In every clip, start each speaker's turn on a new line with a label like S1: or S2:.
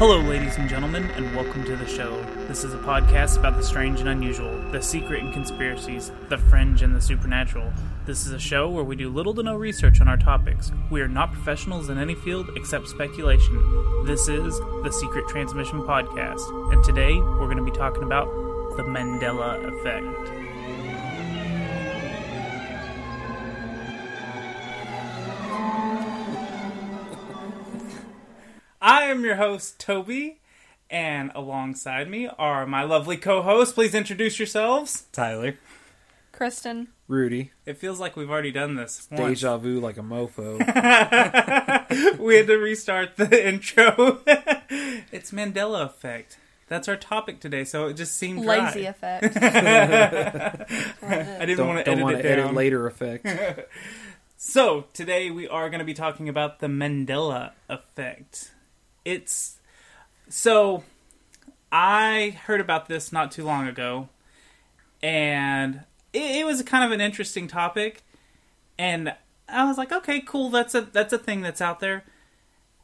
S1: Hello, ladies and gentlemen, and welcome to the show. This is a podcast about the strange and unusual, the secret and conspiracies, the fringe and the supernatural. This is a show where we do little to no research on our topics. We are not professionals in any field except speculation. This is the Secret Transmission Podcast, and today we're going to be talking about the Mandela Effect. I am your host, Toby, and alongside me are my lovely co hosts. Please introduce yourselves.
S2: Tyler,
S3: Kristen.
S2: Rudy,
S1: It feels like we've already done this. once.
S2: deja vu like a mofo.
S1: we had to restart the intro. it's Mandela effect. That's our topic today, so it just seemed dry.
S3: Lazy effect.
S1: I didn't
S2: don't
S1: want to
S2: don't
S1: edit
S2: want
S1: it
S2: to
S1: down.
S2: edit later effect.
S1: So today we are going to be talking about the Mandela effect. It's so I heard about this not too long ago, and it, it was kind of an interesting topic, and I was like, okay, cool, that's a that's a thing that's out there,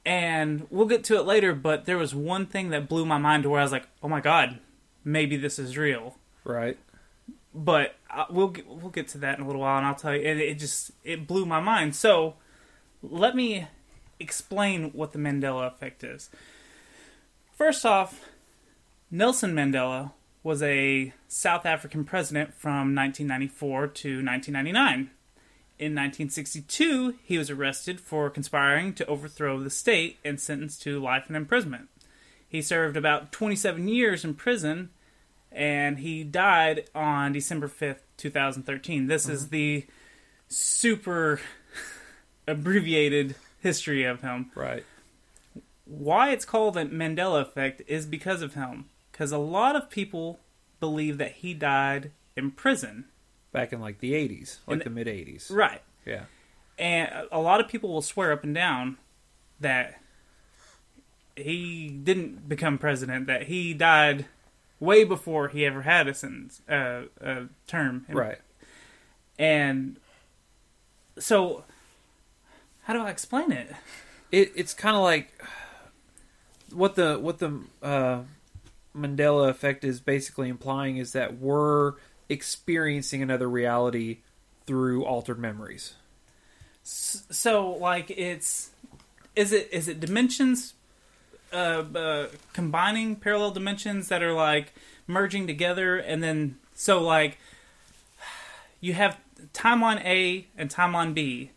S1: and we'll get to it later. But there was one thing that blew my mind to where I was like, oh my god, maybe this is real
S2: right.
S1: but uh, we'll get, we'll get to that in a little while, and I'll tell you. And it just it blew my mind. So let me explain what the Mandela effect is. First off, Nelson Mandela was a South African president from 1994 to 1999. In 1962, he was arrested for conspiring to overthrow the state and sentenced to life in imprisonment. He served about 27 years in prison and he died on December 5th, 2013. This is the super abbreviated history of him.
S2: Right.
S1: Why it's called the Mandela effect is because of him. Because a lot of people believe that he died in prison.
S2: Back in like the 80s, like
S1: And-
S2: the mid 80s.
S1: Right.
S2: Yeah.
S1: And a lot of people will swear up and down that he didn't become president, that he died way before he ever had a sentence, uh, a term in
S2: Right.
S1: And so, how do I explain it?
S2: It, it's kind of like what the what the uh, Mandela effect is basically implying is that we're experiencing another reality through altered memories.
S1: S- So, like, it's is it is it dimensions uh, uh, combining parallel dimensions that are like merging together, and then so like you have timeline A and timeline B.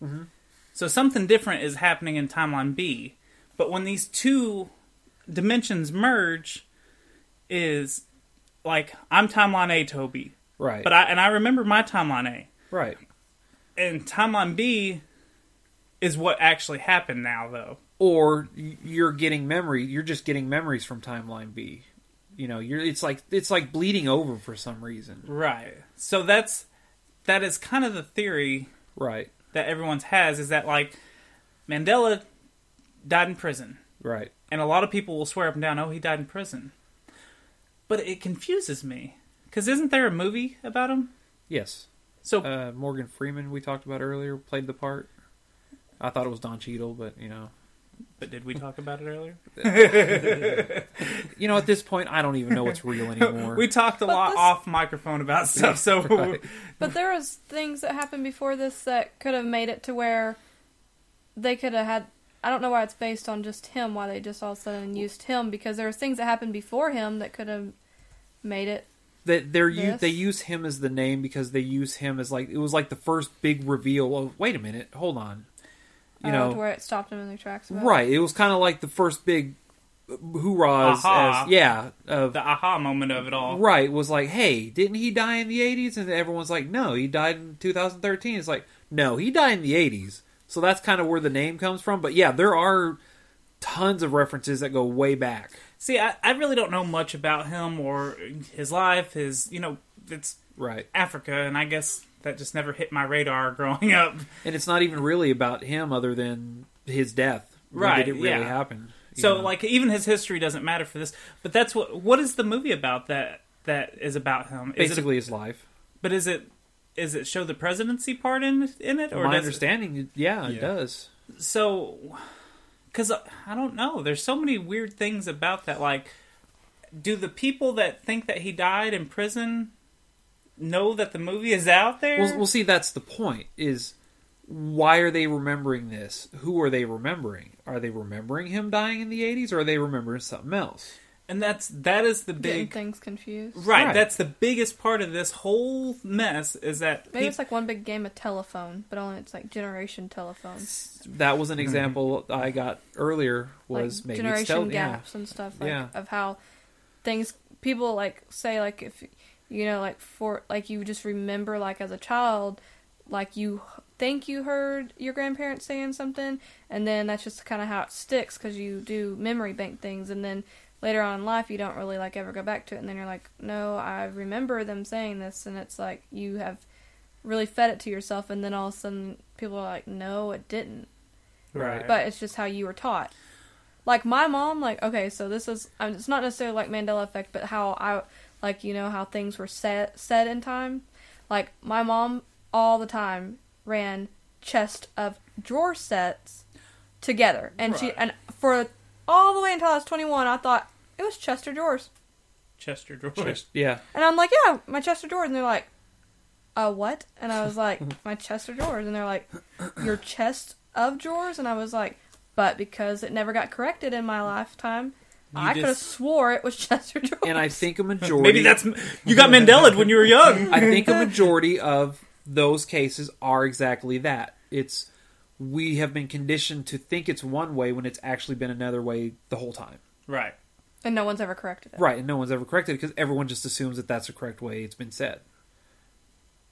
S1: So something different is happening in timeline B, but when these two dimensions merge, is like I'm timeline A, Toby.
S2: Right.
S1: But I and I remember my timeline
S2: right.
S1: A, and timeline B is what actually happened now, though.
S2: or y- you're getting memory you're just getting memories from timeline b you know you're it's like it's like bleeding over for some reason
S1: Right. So that's that is kind of the theory
S2: right
S1: that everyone's has is that like Mandela died in prison,
S2: right
S1: and a lot of people will swear up and down, oh, he died in prison. But it confuses me because isn't there a movie about him?
S2: yes
S1: So
S2: uh, morgan freeman we talked about earlier played the part i thought it was don Cheadle, but you know
S1: but did we talk about it earlier?
S2: you know at this point i don't even know what's real anymore
S1: We talked a
S3: But
S1: lot
S3: this-
S1: off microphone about stuff, so
S3: But there was things that happened before this that could have made it to where they could have had. I don't know why it's based on just him. Why they just all of a sudden used him because there was things that happened before him that could have made it.
S2: they, they're u-
S3: Yes.
S2: they use him as the name because they use him as like it was like the first big reveal of wait a minute hold on you
S3: uh,
S2: know
S3: to where it stopped him in their tracks. about-
S2: right it was kind of like the first big hoorahs
S1: Aha.
S2: as yeah of
S1: the aha moment of it all.
S2: right was like hey didn't he die in the 80s and everyone's like no he died in 2013 it's like no he died in the 80s so that's kind of where the name comes from but yeah there are tons of references that go way back
S1: See, I, I really don't know much about him or his life. His, you know, it's
S2: right
S1: Africa, and I guess that just never hit my radar growing up.
S2: and it's not even really about him other than his death When
S1: Right,
S2: did it really
S1: yeah.
S2: happen you
S1: So,
S2: know?
S1: like, even his history doesn't matter for this. But that's what. What is the movie about that? That is about him. Is
S2: basically
S1: it,
S2: his life
S1: but is it is it show the presidency part in in it? Or does
S2: my
S1: it-
S2: understanding yeah, it does
S1: so because I don't know. There's so many weird things about that. Like, do the people that think that he died in prison know that the movie is out there?
S2: Well, well, see, that's the point. Is why are they remembering this? Who are they remembering? Are they remembering him dying in the '80s, or are they remembering something else?
S1: and that's that is the
S3: Getting
S1: big
S3: things confused.
S1: right,
S2: Right.
S1: That's the biggest part of this whole mess is that
S3: Maybe
S1: peop-
S3: it's like one big game of telephone, but only it's like generation telephone.
S2: That
S1: Mm-hmm.
S2: was an example I got earlier. Was
S3: like
S2: maybe
S3: generation
S2: it's tele- yeah.
S3: gaps and stuff like
S2: Yeah.
S3: of how things people like say like if you know like for like you just remember like as a child like you h- think you heard your grandparents saying something and then that's just kind of how it sticks because you do memory bank things and then later on in life you don't really like ever go back to it and then you're like no i remember them saying this and it's like you have really fed it to yourself and then all of a sudden people are like no it didn't
S1: right.
S3: but it's just how you were taught. Like my mom, like okay, so this is um, it's not necessarily like Mandela effect, but how I like you know how things were said said in time. Like my mom all the time ran chest of drawer sets together, and she
S1: Right.
S3: and for all the way until I was twenty one, I thought it was chest of drawers,
S1: Chester George.
S2: Just- yeah.
S3: and I'm like, yeah, my chest of drawers, and they're like, uh, what? And I was like, my chest of drawers, and they're like, your chest of drawers, and I was like, but because it never got corrected in my lifetime,
S1: You
S3: I could have
S1: just-
S3: swore it was chest of drawers.
S2: And I think a majority.
S1: Maybe that's you got Mandela when you were young.
S2: I think a majority of those cases are exactly that. It's we have been conditioned to think it's one way when it's actually been another way the whole time.
S1: right.
S3: and no one's ever corrected it.
S2: Right, and no one's ever corrected because everyone just assumes that that's the correct way it's been said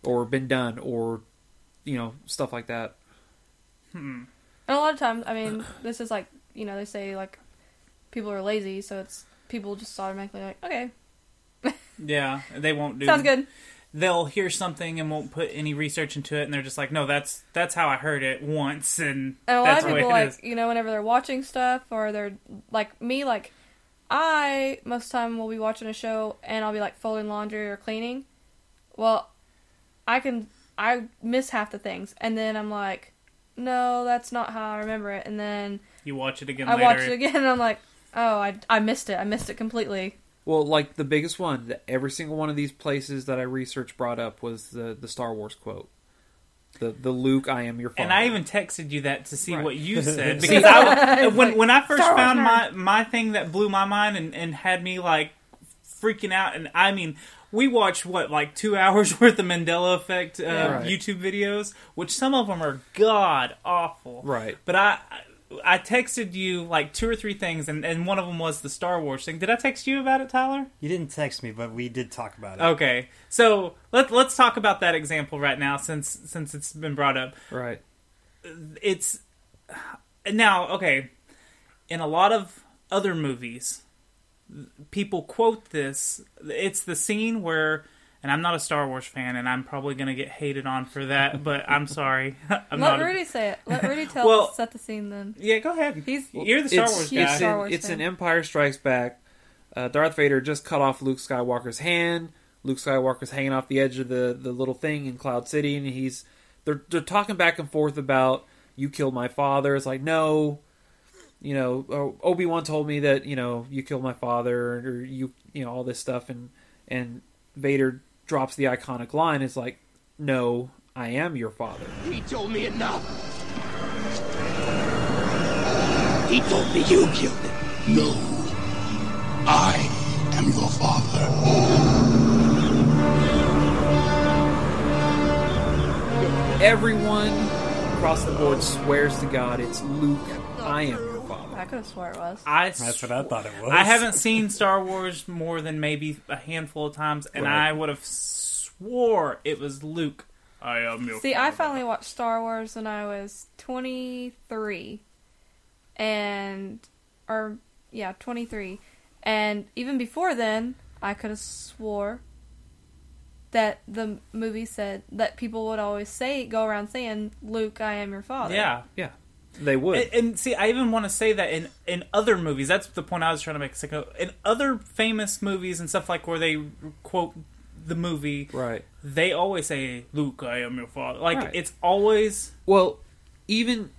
S2: or been done or you know stuff like that.
S4: Hmm.
S3: And a lot of times, I mean, this is like you know they say like people are lazy, so it's people just automatically like, okay,
S1: Yeah, they won't do.
S3: sounds good.
S1: They'll hear something and won't put any research into it, and they're just like, "No, that's that's how I heard it once," and,
S3: And Oh, a lot
S1: that's
S3: of
S1: the way
S3: people,
S1: it
S3: like,
S1: is.
S3: you know, whenever they're watching stuff or they're, like, me, like, I, most time, will be watching a show and I'll be, like, folding laundry or cleaning. Well, I can, I miss half the things. And then I'm like, no, that's not how I remember it. And then
S1: You watch it again
S3: I
S1: later.
S3: watch it again and I'm like, oh, I, I missed it. I missed it completely.
S2: Well, like the biggest one that every single one of these places that I researched brought up was the the Star Wars quote. The the Luke I am your father.
S1: And I even texted you that to see
S2: Right.
S1: what you said
S2: See,
S1: because I,
S3: It's
S1: when
S3: like,
S1: when I first
S3: Star Wars
S1: found
S3: nerd.
S1: my my thing that blew my mind and, and had me like freaking out and I mean we watched what like two hours worth of Mandela Effect uh,
S2: Right.
S1: YouTube videos, which some of them are god awful.
S2: Right.
S1: But I I texted you like two or three things, and, and one of them was the Star Wars thing. Did I text you about it, Tyler?
S5: You didn't text me, but we did talk about it.
S1: Okay, so let let's talk about that example right now since since it's been brought up
S2: right.
S1: it's now okay in a lot of other movies people quote this it's the scene where and i'm not a star wars fan and i'm probably going to get hated on for that but i'm sorry i'm
S3: Let
S1: not a-
S3: Rudy say it. Let Rudy tell,
S1: Well-
S3: set the scene then.
S1: yeah go ahead
S3: He's-
S1: you're the star wars guy
S2: It's,
S3: Star
S2: in,
S3: Wars
S2: it's
S3: fan.
S2: in Empire Strikes Back. Uh, Darth Vader just cut off Luke Skywalker's hand. Luke Skywalker's hanging off the edge of the, the little thing in Cloud City, and he's they're they're talking back and forth about you killed my father. It's like no, you know Obi Wan told me that you know you killed my father or you you know all this stuff, and and Vader drops the iconic line. It's like no, I am your father.
S4: He told me enough. He told me you killed him. No. I am your father.
S2: Everyone across the board swears to God it's Luke. I am your father.
S3: I could have swore it was.
S1: I
S5: That's what I thought it was.
S1: I haven't seen Star Wars more than maybe a handful of times, and
S2: Right.
S1: I would have swore it was Luke. I am your
S3: See,
S1: father.
S3: I finally watched Star Wars when I was 23. And, or, yeah, 23. And even before then, I could have swore that the movie said that people would always say, go around saying, Luke, I am your father.
S1: Yeah,
S2: Yeah, they would.
S1: And, and see, I even want to say that in in other movies, that's the point I was trying to make. a second ago. In other famous movies and stuff like where they quote the movie,
S2: right.
S1: they always say, "Luke, I am your father." Like
S2: Right.
S1: it's always
S2: Well, even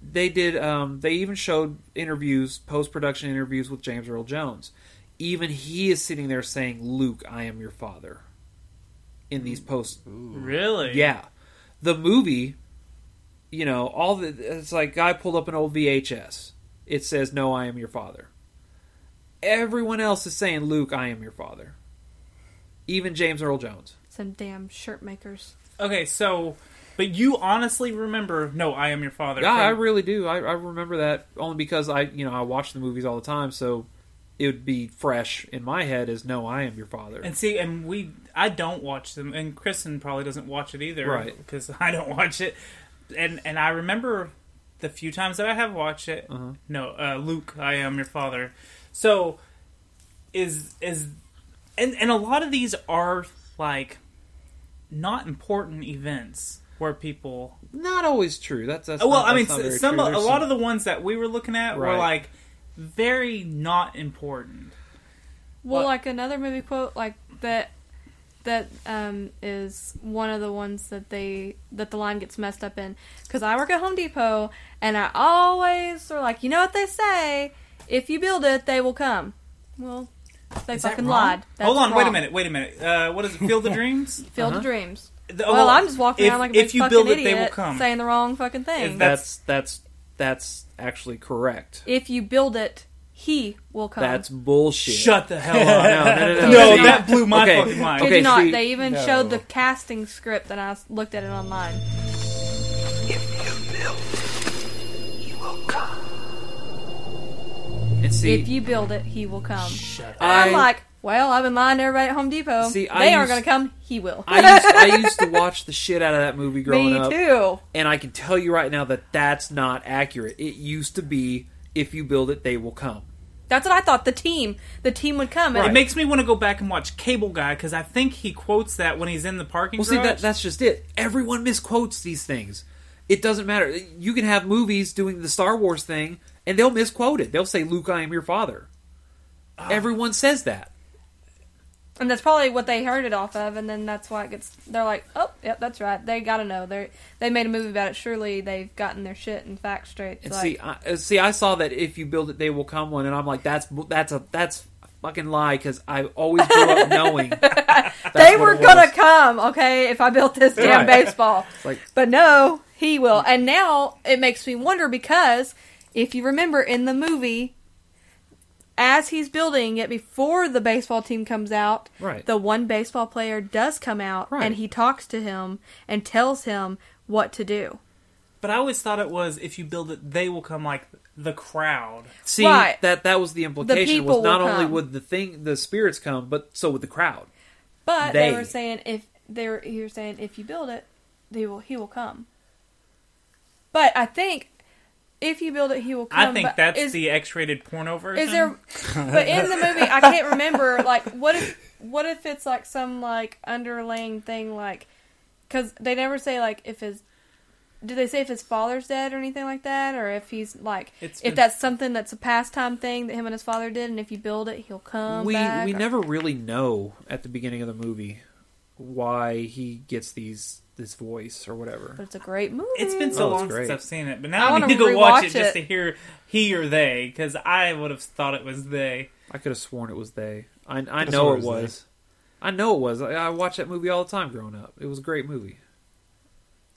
S2: they did um, they even showed interviews post-production interviews with james earl jones even he is sitting there saying luke i am your father in
S5: Mm.
S2: these post
S1: Really?
S2: yeah the movie you know all the it's like guy pulled up an old vhs it says no i am your father everyone else is saying luke i am your father even james earl jones
S3: Some damn shirt makers.
S1: Okay, so, but you honestly remember? No, I am your father.
S2: Yeah, I
S1: from-
S2: really do. I, I remember that only because I, you know, I watch the movies all the time, so it would be fresh in my head as no, I am your father.
S1: and see, and we, I don't watch them, and Kristen probably doesn't watch it either,
S2: Right.
S1: Because I don't watch it, and and I remember the few times that I have watched it.
S2: Uh-huh.
S1: No, uh, Luke, I am your father. So, is is, and and a lot of these are like not important events where people
S2: not always true. That's that's
S1: Oh, well,
S2: not-
S1: I mean,
S2: that's not very
S1: s- some
S2: true.
S1: a
S2: There's
S1: lot of the ones that we were looking at were
S2: Right.
S1: like very not important.
S3: Well,
S2: What?
S3: like another movie quote, like that, that um, is one of the ones that they that the line gets messed up in. Because I work at Home Depot, and I always are like, you know what they say: if you build it, they will come. Well, they
S1: that
S3: fucking
S1: wrong? Oh,
S3: lied. That's
S1: Hold on, wait a
S3: wrong.
S1: minute, wait a minute. Uh, what is it? Field of Dreams?
S3: Field
S2: Uh-huh.
S3: of dreams.
S1: The- oh,
S3: Well, I'm just walking
S1: if,
S3: around like a big
S1: if you
S3: fucking
S1: build
S3: idiot,
S1: it, they will come.
S3: saying the wrong fucking
S1: Is that-
S3: thing.
S2: that's that's that's actually correct.
S3: if you build it, he will come.
S2: That's bullshit.
S1: Shut the hell up!
S2: No, no, no, no.
S1: No,
S2: See?
S1: that blew my
S2: Okay.
S1: fucking mind.
S3: Did
S2: Okay,
S3: you not?
S2: see-
S3: they even
S5: No.
S3: showed the casting script, and I s- looked at it online.
S2: And see,
S3: if you build it, he will come.
S2: I,
S3: I'm like, well, I've been lying to everybody at Home Depot.
S2: See,
S3: they
S2: I used-
S3: aren't going to come. He will.
S2: I used, I used to watch the shit out of that movie growing
S3: Me
S2: up.
S3: too.
S2: And I can tell you right now that that's not accurate. It used to be if you build it, they will come.
S3: That's what I thought. The team, the team would come.
S1: It
S3: And
S1: makes me want to go back and watch Cable Guy because I think he quotes that when he's in the parking.
S2: Well, see,
S1: garage.
S2: that, that's just it. Everyone misquotes these things. It doesn't matter. You can have movies doing the Star Wars thing, and they'll misquote it. They'll say, "Luke, I am your father." Everyone says that.
S3: and that's probably what they heard it off of, and then that's why it gets. They're like, oh, yep, that's right. They got to know. They they made a movie about it. Surely they've gotten their shit and facts straight. It's
S2: And
S3: like,
S2: see, I, uh, see, I saw that if you build it, they will come one, and I'm like, that's bu- that's a that's a fucking lie because I always grew up knowing
S3: they were gonna come, okay, if I built this damn
S2: Right.
S3: baseball.
S2: like-
S3: but no, he will. And now it makes me wonder because if you remember in the movie, as he's building it before the baseball team comes out,
S2: Right.
S3: the one baseball player does come out
S2: Right.
S3: and he talks to him and tells him what to do.
S1: but I always thought it was if you build it, they will come. Like the crowd.
S2: See
S3: Right.
S2: that that was the implication
S3: people
S2: was not
S3: will
S2: only
S3: come.
S2: would the thing the spirits come, but so would the crowd.
S3: But they,
S2: They.
S3: were saying if they were he was saying if you build it, they will he will come. But I think if you build it, he will come.
S1: I think
S3: but
S1: that's
S3: is-
S1: the X-rated porno version.
S3: Is there? But in the movie, I can't remember. Like, what if? What if it's like some like underlying thing? Like, because they never say like if his. Do they say if his father's dead or anything like that, or if he's like
S1: It's
S3: if
S1: been-
S3: that's something that's a pastime thing that him and his father did, and if you build it, he'll come.
S2: we
S3: back,
S2: we
S3: or-
S2: never really know at the beginning of the movie why he gets these this voice or
S3: But
S2: whatever.
S3: it's a great movie.
S1: It's been so
S2: Oh, it's
S1: long since
S2: great.
S1: I've seen it, but
S3: I
S1: now I,
S3: wanna
S1: need to go watch it,
S3: rewatch
S1: just
S3: it.
S1: to hear he or they, because I would have thought it was they.
S2: I could have sworn it was they. I I
S5: Could've
S2: know
S5: sworn
S2: it
S5: it was
S2: was. I know it was. I, I watched that movie all the time growing up. It was a great movie.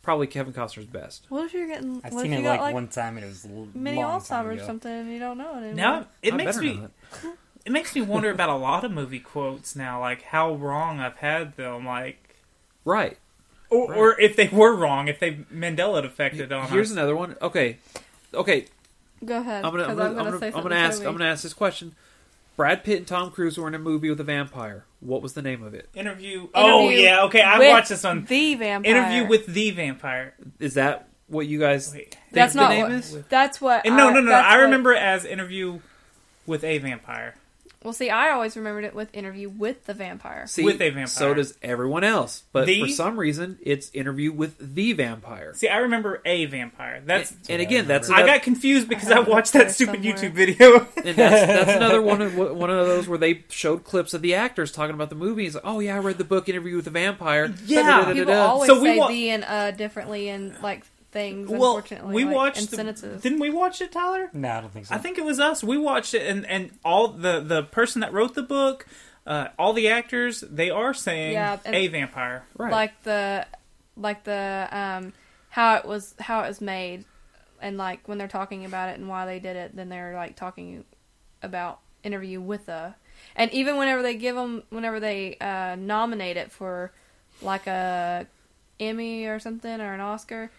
S2: Probably Kevin Costner's best.
S3: What if you're getting?
S5: I've
S3: what
S5: seen
S3: if you
S5: it
S3: got
S5: like,
S3: like,
S5: one time and it was l-
S3: mini
S5: long time
S3: Alzheimer's
S5: ago.
S3: or something, and you don't know it anymore?
S1: Now it
S2: I
S1: makes
S2: better
S1: me
S2: not.
S1: it makes me wonder about a lot of movie quotes now, like how wrong I've had them, like
S2: right.
S1: or, or if they were wrong, if they Mandela affected on
S2: Here's
S1: us.
S2: another one. Okay, okay.
S3: Go ahead.
S2: I'm gonna, I'm
S3: 'cause
S2: gonna, I'm gonna,
S3: say
S2: I'm
S3: something
S2: gonna ask.
S3: silly.
S2: I'm gonna ask this question. Brad Pitt and Tom Cruise were in a movie with a vampire. What was the name of it?
S1: interview. Oh
S3: Interview
S1: yeah, okay, I
S3: with
S1: watched this one.
S3: The vampire.
S1: Interview with the vampire.
S2: Is that what you guys?
S1: Wait.
S3: That's
S2: think
S3: not
S2: the
S3: what.
S2: name is?
S3: That's what.
S1: And no, no, no.
S3: that's
S1: I
S3: what-
S1: remember it as interview with a vampire.
S3: well, see, I always remembered it with interview with the vampire.
S2: See,
S1: With a vampire.
S2: So does everyone else, but
S1: The-
S2: for some reason, it's interview with the vampire.
S1: See, I remember a vampire. That's
S2: and, and again, that's
S1: I
S2: another,
S1: got confused because I
S3: have it
S1: watched that
S3: there
S1: stupid
S3: somewhere.
S1: YouTube video.
S2: and that's, that's another one of one of those where they showed clips of the actors talking about the movie. It's like, oh yeah, I read the book Interview with the Vampire.
S1: Yeah.
S2: Da-da-da-da-da.
S3: People always
S1: So we
S3: say
S1: wa-
S3: the and uh differently and like things.
S1: well,
S3: unfortunately,
S1: we
S3: like,
S1: watched
S3: and
S1: the-
S3: sentences.
S1: didn't we watch it, Tyler?
S5: No, I don't think so.
S1: I think it was us. We watched it, and and all the the person that wrote the book, uh, all the actors, they are saying
S3: Yeah, and-
S1: a vampire.
S2: Right.
S3: like the like the um how it was how it was made and like when they're talking about it and why they did it then they're like talking about interview with a and even whenever they give them whenever they uh nominate it for like a emmy or something or an oscar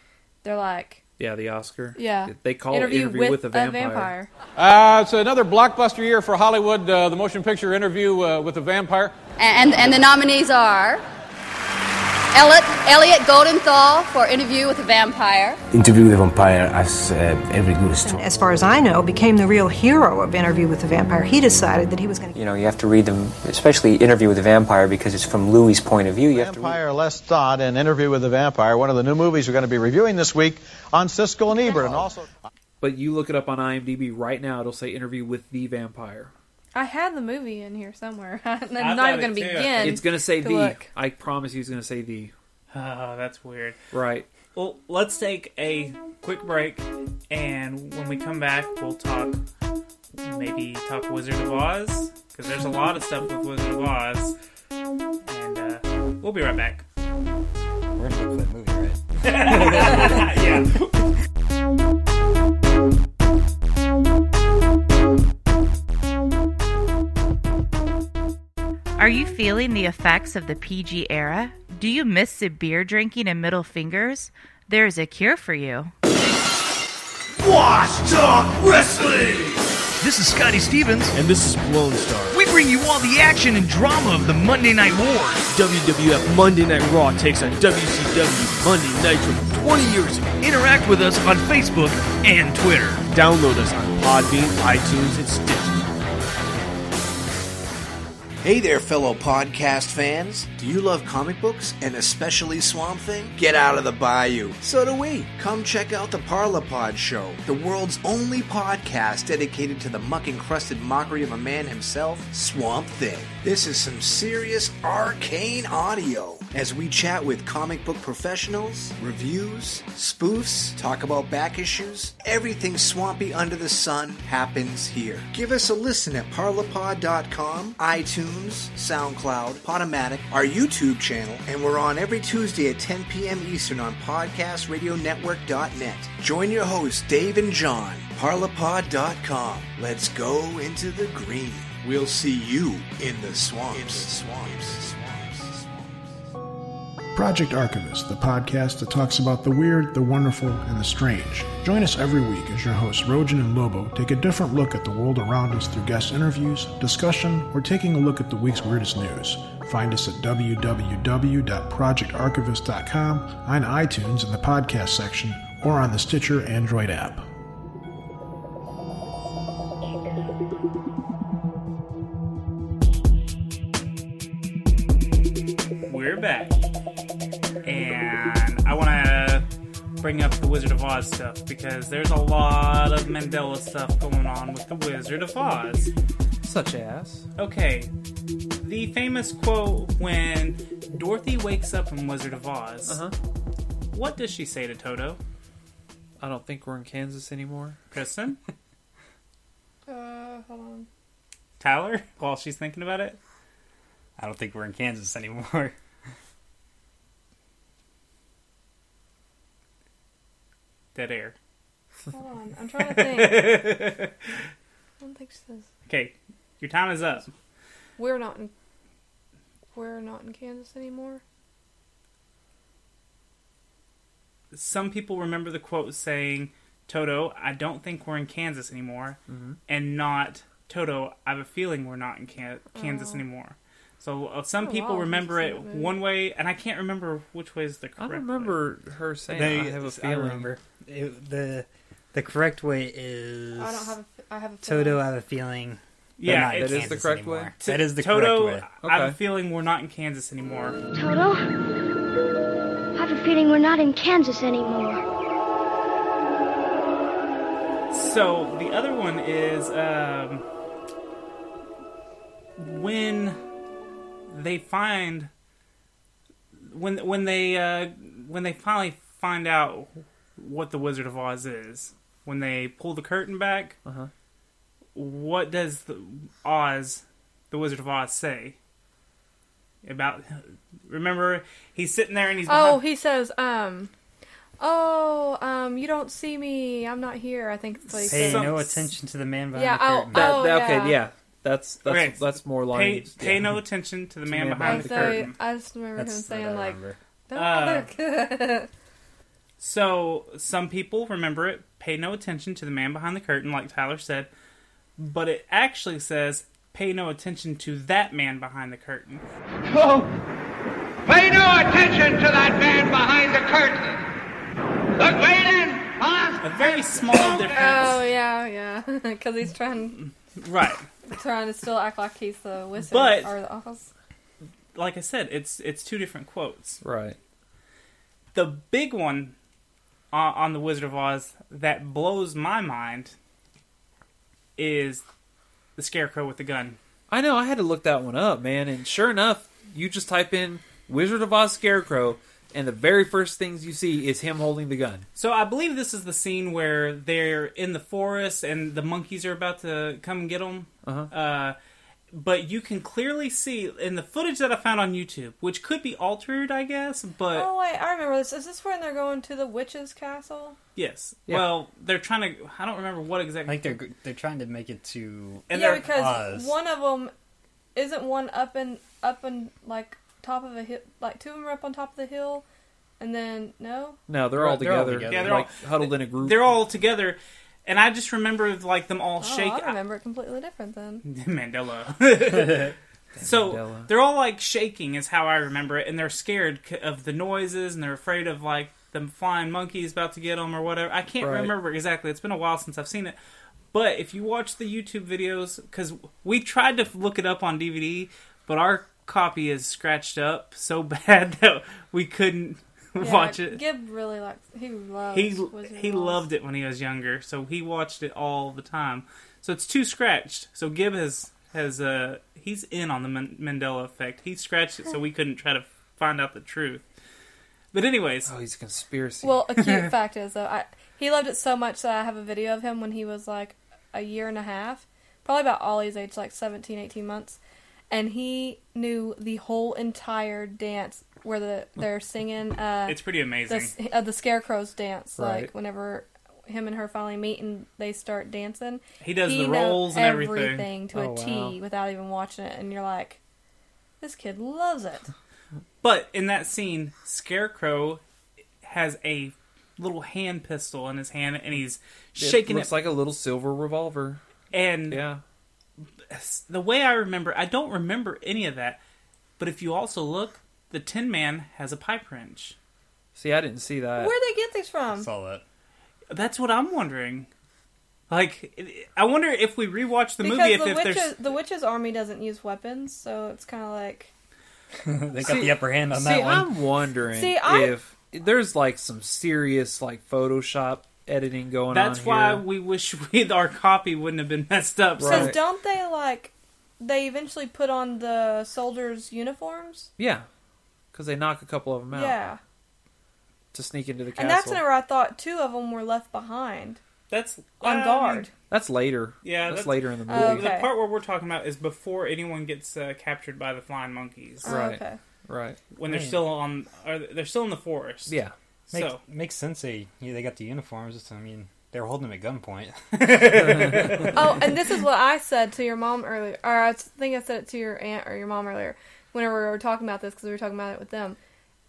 S3: they're like
S2: yeah, the Oscar.
S3: yeah
S2: They call it interview with, a, vampire.
S6: Uh, it's another blockbuster year for Hollywood. Uh, the motion picture interview uh, with a vampire.
S7: And, and the nominees are Elliot, Elliot Goldenthal for Interview with a Vampire,
S8: Interview with a Vampire, as uh, every good story.
S9: as far as I know, became the real hero of Interview with the Vampire. He decided that he was going to.
S10: You know, you have to read them, especially Interview with the Vampire, because it's from Louis' point of view. You have to read-
S11: Vampire Less Thought and Interview with the Vampire, one of the new movies we're going to be reviewing this week on Siskel and Ebert. And also,
S2: But you look it up on IMDb right now, it'll say interview with the vampire.
S3: i had the movie in here somewhere i'm
S1: got
S3: not even gonna
S1: it, too.
S3: begin
S2: It's going to say
S3: to
S2: the.
S3: look.
S2: I promise you, it's going to say the.
S1: Oh, that's weird.
S2: Right.
S1: Well, let's take a quick break, and when we come back, we'll talk. Maybe talk Wizard of Oz because there's a lot of stuff with Wizard of Oz, and uh, we'll be right back.
S5: we're gonna look for that movie, right?
S1: yeah.
S12: Are you feeling the effects of the PG era? Do you miss the beer drinking and middle fingers? There is a cure for you.
S4: Watch Talk Wrestling!
S11: this is Scotty Stevens,
S8: And this is Lone Star.
S11: we bring you all the action and drama of the Monday Night Wars.
S8: WWF Monday Night Raw takes on WCW Monday Nitro from 20 years ago.
S11: Interact with us on Facebook and Twitter.
S8: Download us on Podbean, iTunes, and Stitcher.
S4: Hey there, fellow podcast fans. Do you love comic books and especially Swamp Thing? Get out of the bayou. So do we. Come check out the Parlapod Show, the world's only podcast dedicated to the muck encrusted mockery of a man himself, Swamp Thing. This is some serious arcane audio as we chat with comic book professionals, reviews, spoofs, talk about back issues. Everything swampy under the sun happens here. Give us a listen at parlapod.com, iTunes, SoundCloud, Podomatic, our YouTube channel, and we're on every Tuesday at 10 p.m. Eastern on podcastradionetwork.net. Join your hosts, Dave and John, parlapod.com. Let's go into the green. We'll see you in the swamps.
S11: Project Archivist, the podcast that talks about the weird, the wonderful, and the strange. Join us every week as your hosts, Rojan and Lobo, take a different look at the world around us through guest interviews, discussion, or taking a look at the week's weirdest news. Find us at www.projectarchivist.com, on iTunes in the podcast section, or on the Stitcher Android app.
S1: We're back. And I want to bring up the Wizard of Oz stuff because there's a lot of Mandela stuff going on with the Wizard of Oz.
S2: Such as.
S1: Okay, the famous quote when Dorothy wakes up in Wizard of Oz.
S2: Uh huh.
S1: What does she say to Toto?
S2: I don't think we're in Kansas anymore.
S1: Kristen?
S3: uh, hold on.
S1: Tyler? While she's thinking about it?
S5: I don't think we're in Kansas anymore.
S1: Dead air.
S3: Hold on. I'm trying to think. I don't think she says.
S1: Okay, your time is up.
S3: We're not in. We're not in Kansas anymore.
S1: some people remember the quote saying, Toto, I don't think we're in Kansas anymore, and not, Toto, I have a feeling we're not in Can- Kansas anymore. So uh, some
S3: Oh,
S1: people
S3: wow,
S1: remember
S3: that's
S1: it
S3: not bad.
S1: one way, and I can't remember which way is the
S2: I
S1: correct. way.
S2: remember her saying,
S5: They-
S2: I have a feeling.
S5: remember. It- the the correct way is
S3: I don't have. A, I have a.
S5: Toto. I have a feeling. They're
S1: Yeah,
S5: not in
S1: it's-
S2: That is the
S5: Kansas
S2: correct way?
S5: anymore. That is the
S1: Toto,
S5: correct way.
S1: I have a
S2: Okay.
S1: feeling we're not in Kansas anymore.
S7: Toto, I have a feeling we're not in Kansas anymore.
S1: So the other one is um, when they find when when they uh, when they finally find out what the Wizard of Oz is. When they pull the curtain back, what does the Oz, the Wizard of Oz, say about? Remember, he's sitting there and he's
S3: oh,
S1: behind-
S3: he says, um, oh, um, you don't see me. I'm not here. I think it's like
S5: Pay no attention to the man behind
S3: Yeah,
S5: the
S3: oh,
S5: curtain.
S3: That- oh, that- okay,
S2: yeah. yeah. That's- that's- that's more
S1: Pay,
S2: lines,
S1: pay
S2: yeah.
S1: no attention to the
S2: To
S1: man,
S2: man
S1: behind
S3: I
S1: the
S3: say-
S1: curtain.
S3: I just remember him
S1: That's
S3: saying
S1: what I
S3: like,
S1: remember.
S3: "Don't
S1: Uh,
S3: look."
S1: So some people remember it, pay no attention to the man behind the curtain, like Tyler said, but it actually says pay no attention to that man behind the curtain.
S13: Oh, Pay no attention to that man behind the curtain. Look right in, huh?
S1: Uh, A very small
S3: oh yeah, yeah, because he's trying
S1: Right.
S3: trying to still act like he's the wizard
S1: But-
S3: or the Oz.
S1: Like I said, it's it's two different quotes.
S2: Right.
S1: The big one on, on the Wizard of Oz that blows my mind is the Scarecrow with the gun.
S2: I know. I had to look that one up, man. And sure enough, you just type in Wizard of Oz Scarecrow, and the very first things you see is him holding the gun.
S1: So I believe this is the scene where they're in the forest and the monkeys are about to come and get them.
S2: Uh-huh.
S1: Uh, but you can clearly see in the footage that I found on YouTube, which could be altered, I guess. But
S3: oh wait, I remember this. Is this when they're going to the witch's castle?
S1: yes,
S5: Yeah.
S1: well, they're trying to. I don't remember what exactly.
S5: Like they're they're trying to make it to
S3: yeah, because one of them isn't one up and up and like top of a hill. Like two of them are up on top of the hill, and then no.
S2: No, they're all together,
S1: Yeah, they're
S2: like
S1: all
S2: huddled in a group.
S1: They're all together, and I just remember like them all
S3: Oh,
S1: shaking.
S3: I remember it completely different then.
S1: Mandela. so they're all like shaking, is how I remember it, and they're scared c- of the noises, and they're afraid of like the flying monkeys about to get them or whatever. I can't
S2: Right.
S1: remember exactly. It's been a while since I've seen it. But if you watch the YouTube videos, because we tried to look it up on DVD, but our copy is scratched up so bad that we couldn't
S3: Yeah,
S1: watch it.
S3: Gib really likes. He loves.
S1: He
S3: Wizard of
S1: he
S3: Oz.
S1: loved it when he was younger, so he watched it all the time. So it's too scratched. So Gibb has has uh he's in on the Man- Mandela effect. He scratched it so we couldn't try to find out the truth. But anyways,
S2: oh, he's a conspiracy.
S3: Well, a cute fact is though, I, he loved it so much that I have a video of him when he was like a year and a half, probably about Ollie's age, like 17, 18 months, and he knew the whole entire dance where the they're singing. Uh,
S1: It's pretty amazing.
S3: The, s- uh, the scarecrows dance, like
S1: Right.
S3: whenever him and her finally meet and they start dancing.
S1: He does the
S3: knows
S1: rolls and everything.
S3: to
S1: Oh,
S3: a T
S1: wow.
S3: without even watching it, and you're like, this kid loves it.
S1: But in that scene, Scarecrow has a little hand pistol in his hand, and he's shaking
S2: it
S1: it.
S2: looks like a little silver revolver.
S1: and
S2: yeah,
S1: the way I remember, I don't remember any of that. But if you also look, the Tin Man has a pipe wrench.
S2: See, I didn't see that.
S3: Where'd they get these from?
S1: that. That's what I'm wondering. Like, it- I wonder if we rewatch the
S3: because
S1: movie, if,
S3: the
S1: if
S3: witches,
S1: there's
S3: the witches' army doesn't use weapons, so it's kind of like
S5: they got the upper hand on
S2: see,
S5: that one.
S2: I'm wondering
S3: See, I-
S2: if there's like some serious like Photoshop editing going on.
S1: that's why
S2: here.
S1: we wish we our copy wouldn't have been messed up.
S3: because don't they like they eventually put on the soldiers' uniforms?
S2: Yeah, because they knock a couple of them out
S3: Yeah,
S2: to sneak into the castle.
S3: and that's whenever I thought two of them were left behind.
S1: That's
S3: on
S1: um,
S3: guard.
S2: That's later.
S1: Yeah,
S2: that's, later in the
S3: Oh,
S2: movie.
S1: The part where we're talking about is before anyone gets uh, captured by the flying monkeys.
S2: Right. Right.
S1: When they're
S5: Man.
S1: still on, are they- they're still in the forest.
S5: Make,
S1: So
S5: makes sense. They yeah, they got the uniforms. I mean, they were holding them at gunpoint.
S3: oh, and this is what I said to your mom earlier. Or I think I said it to your aunt or your mom earlier whenever we were talking about this because we were talking about it with them.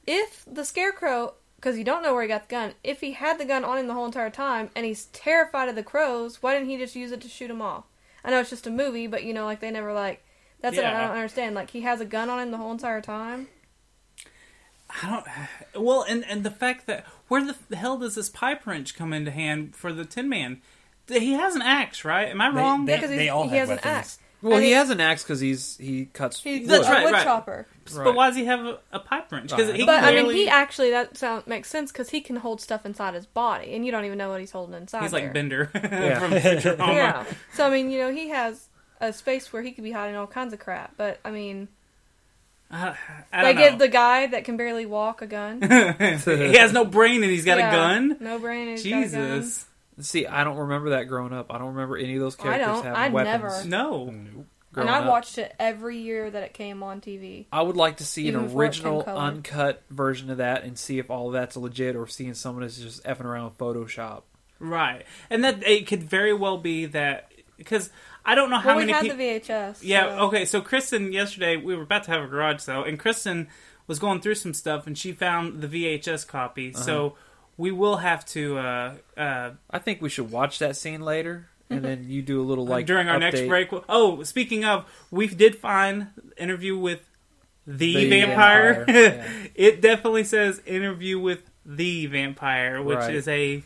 S3: If the scarecrow, because you don't know where he got the gun, if he had the gun on him the whole entire time and he's terrified of the crows, why didn't he just use it to shoot them off? I know it's just a movie, but you know, like they never like. That's what I
S1: Yeah.
S3: don't understand. Like he has a gun on him the whole entire time.
S1: I don't. Well, and and the fact that where the f- hell does this pipe wrench come into hand for the Tin Man? He has an axe, right? Am I
S2: They-
S1: wrong?
S2: they- Yeah, 'cause they he's- all he have has an weapons. axe. Well,
S1: And
S2: he
S1: he-
S2: has an axe because he's he cuts.
S3: He's
S2: wood.
S3: a wood chopper.
S1: But why does he have a, a pipe wrench? Because
S2: Right.
S1: he
S3: but I mean,
S1: clearly,
S3: he actually that sound makes sense because he can hold stuff inside his body, and you don't even know what he's holding inside.
S1: he's
S3: there.
S1: like Bender
S2: Yeah.
S1: from Futurama.
S3: yeah. So I mean, you know, he has a space where he could be hiding all kinds of crap. But I mean,
S1: Uh, I
S3: They
S1: don't
S3: give
S1: know.
S3: the guy that can barely walk a gun.
S1: he has no brain and he's got
S3: Yeah,
S1: a gun.
S3: No brain. and he's got a gun.
S2: Jesus. See, I don't remember that growing up. I don't remember any of those
S3: I
S2: characters
S3: don't.
S2: having
S3: I
S2: weapons.
S3: never.
S1: No.
S2: Growing
S3: and I
S2: up.
S3: watched it every year that it came on TV.
S2: I would like to see
S3: Even
S2: an
S3: before it came
S2: original
S3: colored.
S2: uncut version of that and see if all of that's legit or seeing someone is just effing around with Photoshop.
S1: Right, and that it could very well be that because I don't know how
S3: Well, we
S1: many
S3: had
S1: peo-
S3: the VHS,
S1: Yeah.
S3: so-
S1: Okay. So Kristen yesterday we were about to have a garage sale, and Kristen was going through some stuff, and she found the VHS copy. So we will have to. Uh, uh,
S2: Uh-huh. I think we should watch that scene later, and
S3: Mm-hmm.
S2: then you do a little like
S1: Uh, during our next
S2: update.
S1: break. Oh, speaking of, we did find interview with the,
S2: The
S1: vampire.
S2: vampire, yeah.
S1: it definitely says interview with the vampire, which
S2: Right.
S1: is a.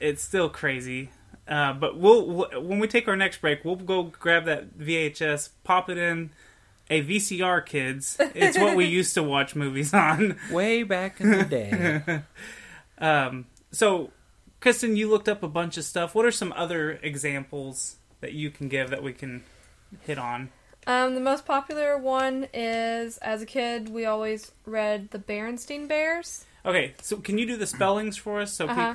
S1: It's still crazy. Uh, but we'll, we'll when we take our next break, we'll go grab that VHS, pop it in a VCR, kids. It's what we used to watch movies on
S2: way back in the day.
S1: um, so, Kristen, you looked up a bunch of stuff. What are some other examples that you can give that we can hit on?
S3: Um, the most popular one is as a kid we always read the Berenstain Bears.
S1: Okay, so can you do the spellings for us? So, pe-
S3: Uh-huh.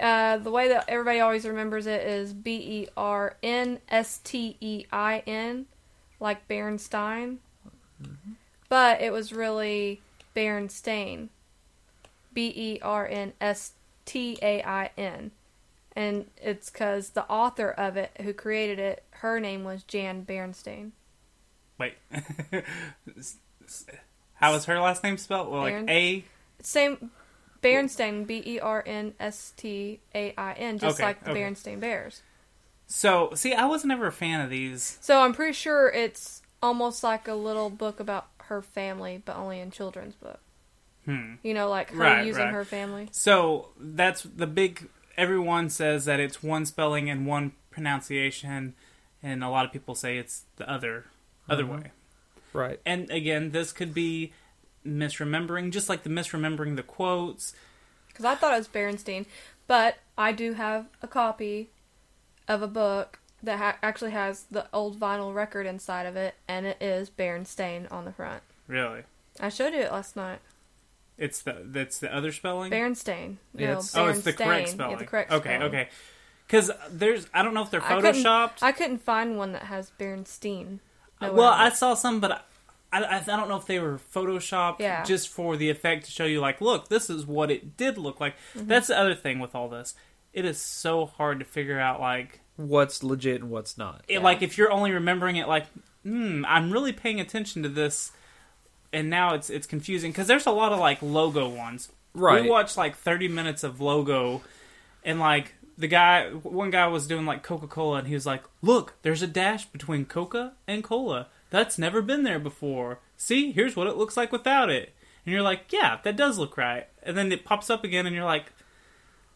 S3: Uh, the way that everybody always remembers it is B E R N S T E I N, like Bernstein.
S1: Mm-hmm.
S3: But it was really Berenstain. B E R N S T A I N. And it's because the author of it, who created it, her name was Jan Berenstain.
S1: wait, S- s- how is her last name spelled? Well, like
S3: Beren-
S1: A.
S3: Same. Berenstain, B E R N S T A I N, just
S1: Okay,
S3: like the
S1: okay.
S3: Berenstain Bears.
S1: So, see, I was never a fan of these.
S3: So I'm pretty sure it's almost like a little book about her family, but only in children's book.
S1: Hmm.
S3: You know, like her
S1: Right,
S3: using
S1: right.
S3: her family.
S1: So that's the big. Everyone says that it's one spelling and one pronunciation, and a lot of people say it's the other other
S2: Mhm.
S1: way.
S2: Right.
S1: And again, this could be misremembering, just like the misremembering the quotes.
S3: Because I thought it was Berenstain, but I do have a copy of a book that ha- actually has the old vinyl record inside of it, and it is Berenstain on the front.
S1: Really,
S3: I showed you it last night.
S1: it's the that's the other spelling.
S3: Berenstain. No,
S1: Yeah, it's- oh, it's the
S3: Berenstain.
S1: correct
S3: Yeah,
S1: spelling.
S3: the correct
S1: okay,
S3: spelling.
S1: okay. Because there's, I don't know if they're
S3: I couldn't-
S1: photoshopped. Uh,
S3: I couldn't find one that has Berenstain. nowhere
S1: well,
S3: on it.
S1: I saw some, but I, I, I don't know if they were photoshopped
S3: Yeah.
S1: just for the effect to show you, like, look, this is what it did look like.
S2: Mhm.
S1: That's the other thing with all this. It is so hard to figure out, like,
S2: What's legit and what's not?
S1: it, like if you're only remembering it, like, hmm, I'm really paying attention to this, and now it's it's confusing because there's a lot of like logo ones.
S2: Right.
S1: We watched like 30 minutes of logo, and like the guy, one guy was doing like Coca Cola, and he was like, "Look, there's a dash between Coca and Cola. That's never been there before. See, here's what it looks like without it." And you're like, "Yeah, that does look right." And then it pops up again, and you're like,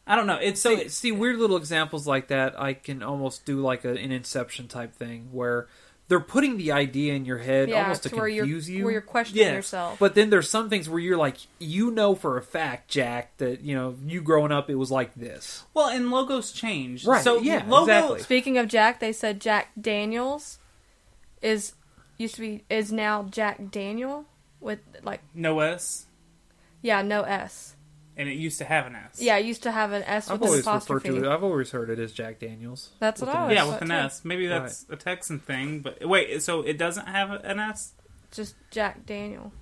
S1: "I don't know." It's so
S2: see, see weird little examples like that. I can almost do like a, an Inception type thing where they're putting the idea in your head
S3: Yeah,
S2: almost to,
S3: to where you're-
S2: confuse you,
S3: where you're questioning Yes. yourself.
S2: But then there's some things where you're like, you know for a fact, Jack, that you know you growing up it was like this.
S1: Well, and logos change,
S2: Right,
S1: So
S2: yeah,
S1: logo,
S2: exactly.
S3: Speaking of Jack, they said Jack Daniels is used to be is now Jack Daniel with like
S1: no S,
S3: yeah no s.
S1: and it used to have an S.
S3: Yeah, it used to have an s
S2: I've
S3: with an
S2: always
S3: apostrophe.
S2: referred to it. I've always heard it as Jack Daniels.
S3: That's what
S2: With
S3: I
S2: an
S3: always
S2: S.
S1: Yeah, with an S. Maybe that's a Texan thing, but wait, so it doesn't have an S?
S2: uh,
S3: Just Jack Daniel.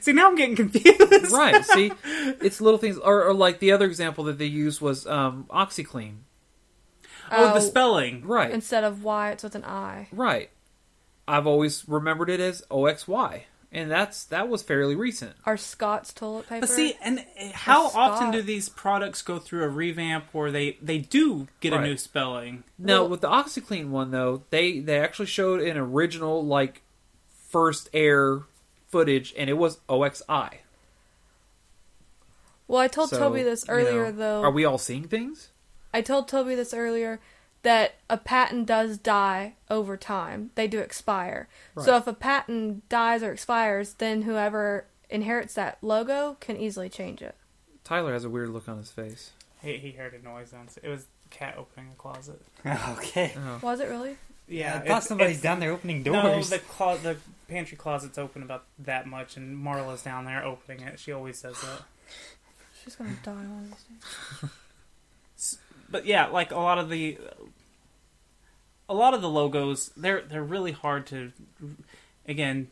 S1: See, now I'm getting confused.
S2: right. See, it's little things, or, or like the other example that they used was um, OxyClean.
S3: Oh, the Oh.
S1: spelling.
S2: Right.
S3: Instead of y, it's with an i.
S2: Right. I've always remembered it as OXY, and that's that was fairly recent.
S3: Or Scott's toilet paper.
S1: But see, and
S2: eh,
S1: How
S3: Or
S1: often
S3: Scott.
S1: do these products go through a revamp where they, they do get a
S2: Right.
S1: new spelling?
S2: Now with the OxyClean one though, they they actually showed an original like first air footage, and it was OXI.
S3: Well, I told
S2: So,
S3: Toby this
S2: you know,
S3: earlier though.
S2: Are we all seeing things?
S3: I told Toby this earlier that a patent does die over time. They do expire. So
S2: Right.
S3: if a patent dies or expires, then whoever inherits that logo can easily change it.
S2: Tyler has a weird look on his face.
S1: He, he heard a noise. On, it was the cat opening a closet.
S2: Okay.
S5: Oh.
S3: Was it really?
S1: Yeah,
S5: I thought
S1: it-
S5: somebody's
S1: it's-
S5: down there opening
S1: No,
S5: doors.
S1: the clo- the pantry closet's open about that much, and Marla's down there opening it. She always does that.
S3: She's gonna die one of these days.
S1: but yeah, like a lot of the a lot of the logos, they're they're really hard to. Again,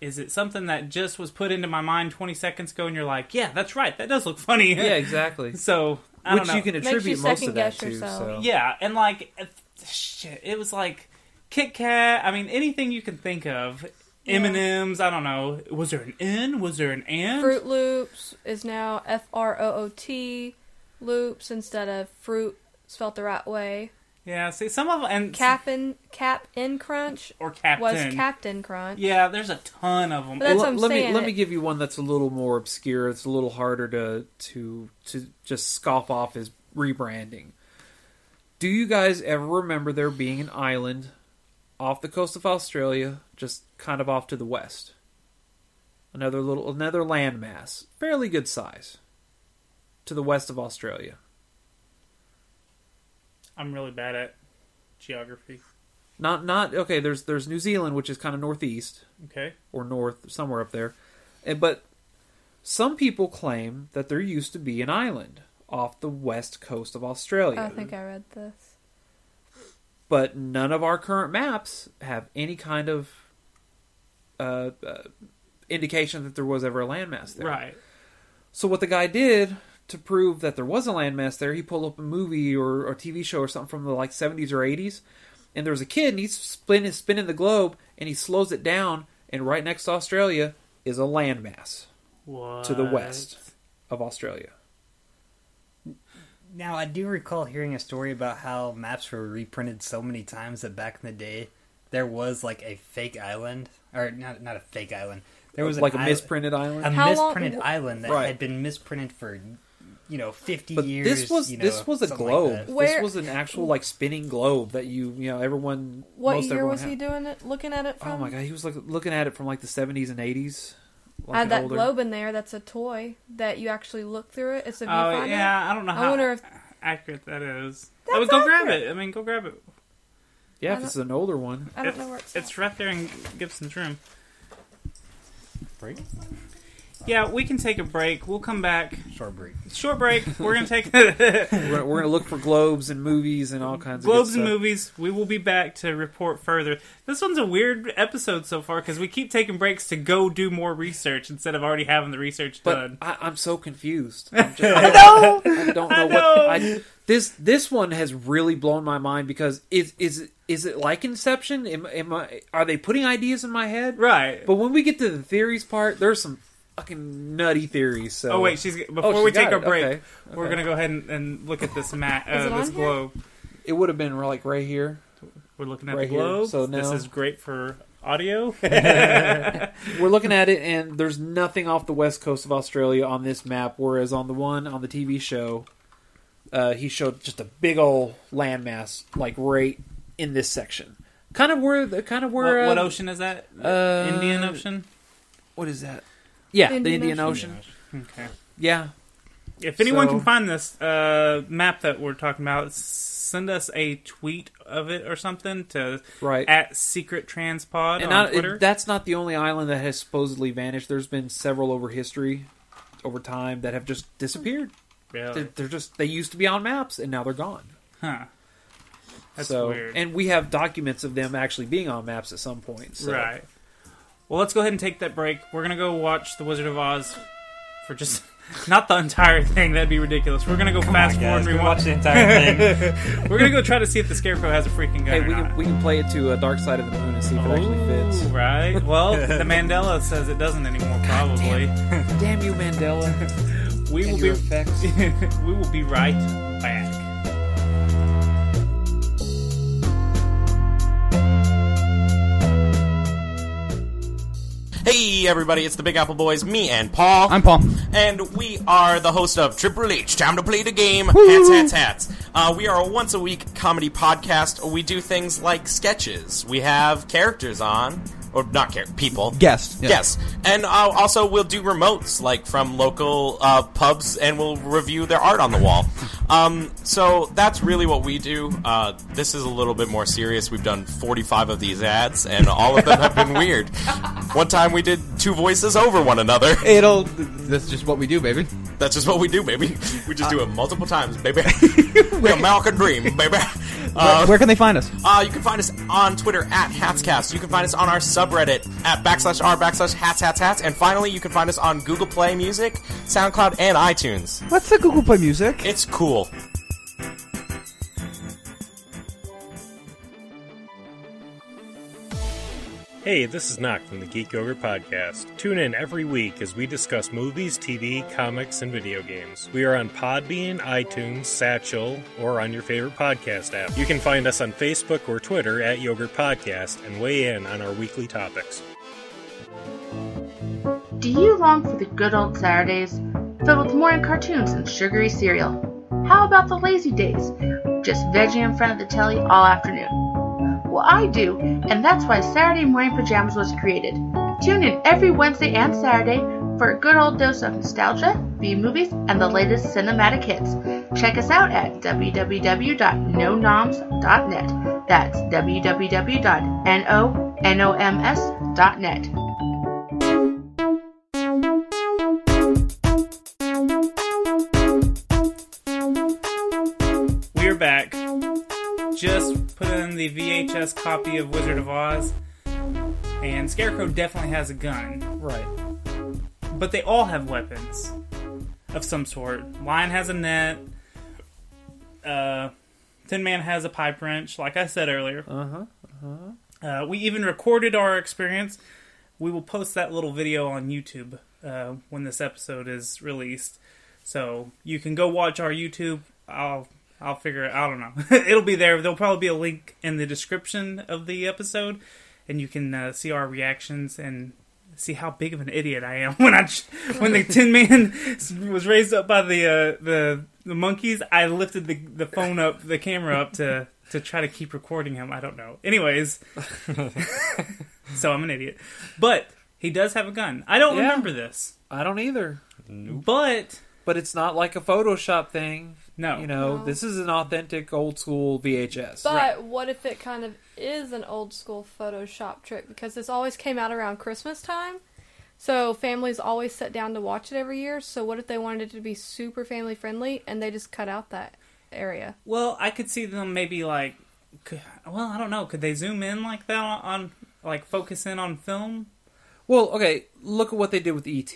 S1: is it something that just was put into my mind 20 seconds ago, and you're like, yeah, that's right, that does look funny.
S2: Yeah, exactly.
S1: so I
S2: Which
S1: don't know.
S2: you can Makes you attribute most of that second-guess to, yourself. so.
S1: Yeah, and like it- shit, it was like Kit Kat. I mean, anything you can think of.
S3: Yeah.
S1: M and M's. I don't know. Was there an N? Was there an and?
S3: Fruit Loops is now F R O O T Loops instead of fruit spelt the right way.
S1: Yeah. See, some of and
S3: Cap'n Cap in Crunch
S1: or
S3: was
S1: Captain.
S3: Captain Crunch.
S1: Yeah, there's a ton of them.
S3: But that's what I'm
S2: let me
S3: saying.
S2: let me give you one that's a little more obscure. It's a little harder to to to just scoff off as rebranding. Do you guys ever remember there being an island off the coast of Australia, just kind of off to the west? Another little another landmass, fairly good size, to the west of Australia.
S1: I'm really bad at geography.
S2: Not not okay. There's there's New Zealand, which is kind of northeast,
S1: Okay.
S2: or north somewhere up there, And- but some people claim that there used to be an island off the west coast of Australia.
S3: I think I read this.
S2: But none of our current maps have any kind of uh, uh, indication that there was ever a landmass there.
S1: Right.
S2: So what the guy did to prove that there was a landmass there, he pulled up a movie or, or TV show or something from the like 70s or 80s, and there was a kid and he's spinning spinning the globe and he slows it down, and right next to Australia is a landmass to the
S5: What?
S2: west of Australia.
S5: Now, I do recall hearing a story about how maps were reprinted so many times that back in the day there was like a fake island, or not not a fake island. There was an
S2: Like a
S5: isl-
S2: misprinted island?
S5: a
S2: How long-
S5: misprinted island that
S2: Right.
S5: had been misprinted for you know fifty
S2: But
S5: years.
S2: this was
S5: you know,
S2: this was a
S5: something like that.
S2: globe. this was an actual like spinning globe that you you know everyone.
S3: What
S2: most
S3: year
S2: everyone
S3: was
S2: had.
S3: he doing it? Looking at it from?
S2: Oh my god, he was like looking at it from like the seventies and eighties.
S3: I had that globe in there. That's a toy that you actually look through it. It's a
S1: Oh
S3: viewfinder.
S1: yeah, I don't know how
S3: I wonder if
S1: accurate that is. I would go grab it. I mean, go grab it.
S2: Yeah,
S1: I
S2: if
S1: don't-
S2: it's an older one.
S3: I don't know where
S1: it's. It's right there in Gibson's room. Yeah, we can take a break. We'll come back.
S5: Short break.
S1: Short break. We're gonna take globes
S2: we're, we're gonna look for globes and movies and all kinds of
S1: and
S2: good stuff.
S1: movies. We will be back to report further. This one's a weird episode so far because we keep taking breaks to go do more research instead of already having the research done.
S2: I, I'm so confused. I'm just,
S1: I know.
S2: I don't know
S1: I
S2: what
S1: know.
S2: I, this this one has really blown my mind because is is it- is it like Inception? Am, am I are they putting ideas in my head?
S1: Right.
S2: But when we get to the theories part, there's some fucking nutty theories. So
S1: Oh wait, she's before
S2: Oh, she
S1: we
S2: got
S1: take our
S2: it.
S1: break,
S2: Okay.
S1: we're
S2: Okay.
S1: gonna go ahead and, and look at this mat,
S2: Is it
S1: uh,
S2: on
S1: this
S2: here?
S1: globe.
S2: It would have been like right here.
S1: We're looking at
S2: Right
S1: the
S2: here,
S1: globe.
S2: so
S1: this
S2: now-
S1: is great for audio.
S2: We're looking at it, and there's nothing off the west coast of Australia on this map. Whereas on the one on the TV show, uh, he showed just a big old landmass, like right in this section, kind of where the kind of where
S1: what, what
S2: uh,
S1: ocean is that?
S2: uh,
S1: Indian Ocean.
S2: What is that? Yeah, the Indian Ocean.
S1: Okay.
S2: Yeah.
S1: If anyone
S2: So-
S1: can find this uh, map that we're talking about, s- send us a tweet of it or something to
S2: Right.
S1: at Secret Transpod on
S2: and not,
S1: Twitter.
S2: that's not the only island that has supposedly vanished. There's been several over history, over time, that have just disappeared.
S1: Really?
S2: They're, they're just they used to be on maps and now they're gone.
S1: Huh. That's
S2: so,
S1: weird.
S2: And we have documents of them actually being on maps at some point. So.
S1: Right. Well, let's go ahead and take that break. We're gonna go watch The Wizard of Oz for just not the entire thing. That'd be ridiculous. We're gonna go fast forward
S5: guys,
S1: and
S5: go
S1: rewatch
S5: watch the entire
S1: thing. We're gonna go try to see if the Scarecrow has a freaking gun.
S2: Hey,
S1: or
S2: we
S1: not.
S2: can, we can play it to uh, Dark Side of the Moon and see if it actually fits.
S1: Ooh, right. Well, the Mandela says it doesn't anymore. Probably.
S2: Damn, you, Mandela.
S1: we will be we will be right back.
S14: Hey everybody, it's the Big Apple Boys, me and Paul. I'm
S15: Paul.
S14: And we are the host of Triple H. Time to play the game.
S15: Woo!
S14: Hats, hats, hats. Uh, we are a once a week comedy podcast. We do things like sketches. We have characters on or not care people
S15: Guest, yeah.
S14: yes and uh, also we'll do remotes like from local uh, pubs and we'll review their art on the wall um, so that's really what we do uh, this is a little bit more serious we've done 45 of these ads and all of them have been weird one time we did two voices over one another
S15: it'll that's just what we do baby Uh,
S14: that's just what we do baby we just do it multiple times baby the american dream baby
S15: where, where can they find us?
S14: uh, you can find us on Twitter at HatsCast. You can find us on our subreddit at backslash r backslash hats hats hats. And finally, you can find us on Google Play Music, SoundCloud, and iTunes.
S15: What's the Google Play Music?
S14: It's cool.
S16: Hey, this is Knock from the Geek Yogurt Podcast. Tune in every week as we discuss movies, TV, comics, and video games. We are on Podbean, iTunes, Satchel, or on your favorite podcast app. You can find us on Facebook or Twitter at Yogurt Podcast and weigh in on our weekly topics.
S17: Do you long for the good old Saturdays, filled with morning cartoons and sugary cereal? How about the lazy days, just vegging in front of the telly all afternoon? Well, I do, and that's why Saturday Morning Pajamas was created. Tune in every Wednesday and Saturday for a good old dose of nostalgia, B movies, and the latest cinematic hits. Check us out at www.nonoms.net. That's www.nonoms.net.
S1: We're back. Just put in the VHS copy of Wizard of Oz, and Scarecrow definitely has a gun.
S2: Right.
S1: But they all have weapons of some sort. Lion has a net. Uh, Tin Man has a pipe wrench, like I said earlier.
S2: Uh-huh, uh-huh.
S1: Uh, we even recorded our experience. We will post that little video on YouTube uh, when this episode is released, so you can go watch our YouTube. I'll I'll figure it. I don't know. It'll be there. There'll probably be a link in the description of the episode, and you can uh, see our reactions and see how big of an idiot I am when I when the Tin Man was raised up by the uh, the the monkeys. I lifted the the phone up, the camera up to to try to keep recording him. I don't know. Anyways, so I'm an idiot, but he does have a gun. I don't
S2: Yeah.
S1: remember this.
S2: I don't either.
S1: But
S2: but it's not like a Photoshop thing.
S1: No,
S2: you know this is an authentic old school VHS.
S3: But what if it kind of is an old school Photoshop trick? Because this always came out around Christmas time. So families always sat down to watch it every year. So what if they wanted it to be super family friendly and they just cut out that area?
S1: Well, I could see them maybe like, could, well, I don't know. Could they zoom in like that on, on like focus in on film?
S2: Well, okay, look at what they did with ET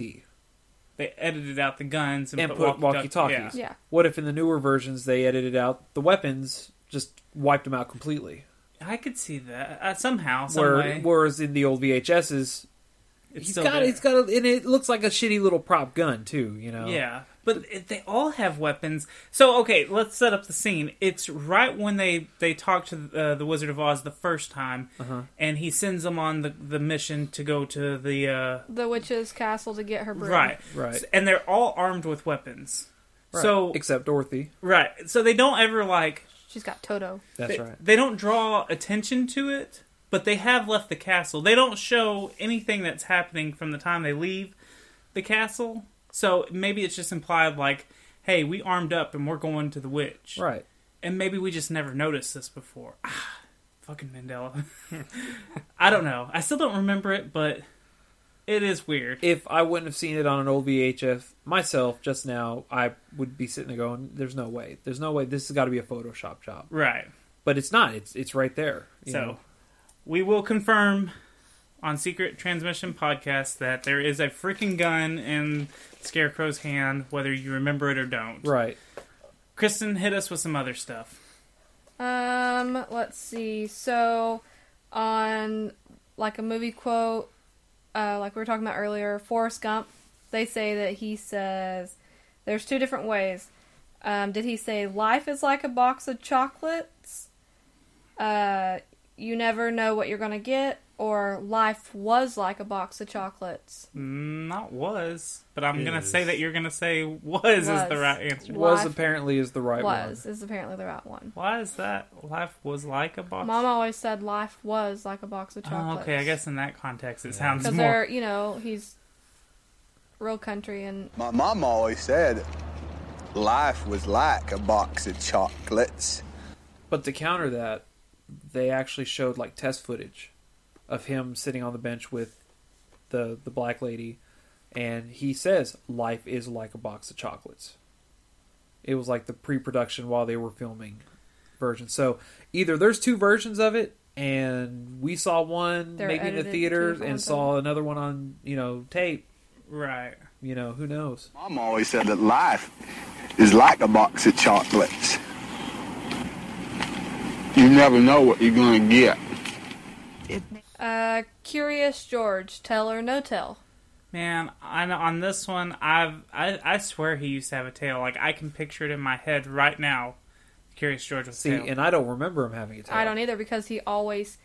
S1: They edited out the guns and,
S2: and put walkie talkies.
S1: Yeah.
S2: What if in the newer versions they edited out the weapons, just wiped them out completely?
S1: I could see that uh, somehow, some
S2: Where,
S1: way.
S2: whereas in the old VHSs,
S1: It's
S2: he's
S1: still
S2: got
S1: there.
S2: he's got a, and it looks like a shitty little prop gun too. You know,
S1: Yeah, but it- they all have weapons. So okay, let's set up the scene. It's right when they they talk to uh, the Wizard of Oz the first time,
S2: Uh-huh.
S1: and he sends them on the the mission to go to the uh,
S3: The witch's castle to get her broom.
S1: Right.
S2: Right.
S1: S- And they're all armed with weapons.
S2: Right.
S1: So
S2: except Dorothy.
S1: right. So they don't ever like
S3: She's got Toto.
S2: That's
S1: they,
S2: right.
S1: They don't draw attention to it, but they have left the castle. They don't show anything that's happening from the time they leave the castle. So maybe it's just implied like, hey, we armed up and we're going to the witch.
S2: Right.
S1: And maybe we just never noticed this before. Ah, fucking Mandela. I don't know. I still don't remember it, but it is weird.
S2: If I wouldn't have seen it on an old VHF myself just now, I would be sitting there going, "There's no way. There's no way. This has got to be a Photoshop job."
S1: Right.
S2: But it's not. It's it's right there. you
S1: so,
S2: know?
S1: we will confirm on Secret Transmission Podcast that there is a freaking gun in Scarecrow's hand, whether you remember it or don't.
S2: Right.
S1: Kristen hit us with some other stuff.
S3: Um, let's see. So, on like a movie quote, uh, like we were talking about earlier, Forrest Gump, they say that he says, "There's two different ways." Um, did he say life is like a box of chocolates? Uh, you never know what you're going to get, or life was like a box of chocolates.
S1: Not was, but I'm gonna
S2: Is.
S1: say that you're gonna say was, is
S3: Was.
S1: the right answer.
S3: Was Life-
S2: apparently is the right
S3: was is apparently the right one.
S1: Why is that? Life was like a box.
S3: Mom always said life was like a box of
S1: Oh,
S3: chocolates.
S1: okay, I guess in that context it sounds
S3: Because
S1: more.
S3: they're, you know, he's real country and
S18: My mom always said life was like a box of chocolates.
S2: But to counter that, they actually showed like test footage of him sitting on the bench with the the black lady, and he says life is like a box of chocolates. It was like the pre-production while they were filming version. So either there's two versions of it, and we saw one
S1: They're
S2: maybe in the
S1: edited to
S2: theaters
S1: content.
S2: and saw another one on you know tape.
S1: Right.
S2: You know who knows.
S18: Mom always said that life is like a box of chocolates. You never know what you're going to get.
S3: uh, curious George, tell or no tell.
S1: Man, on on this one, I've I, I swear he used to have a tail. Like I can picture it in my head right now. Curious George with a
S2: See,
S1: tail.
S2: and I don't remember him having a tail.
S3: I don't either because he always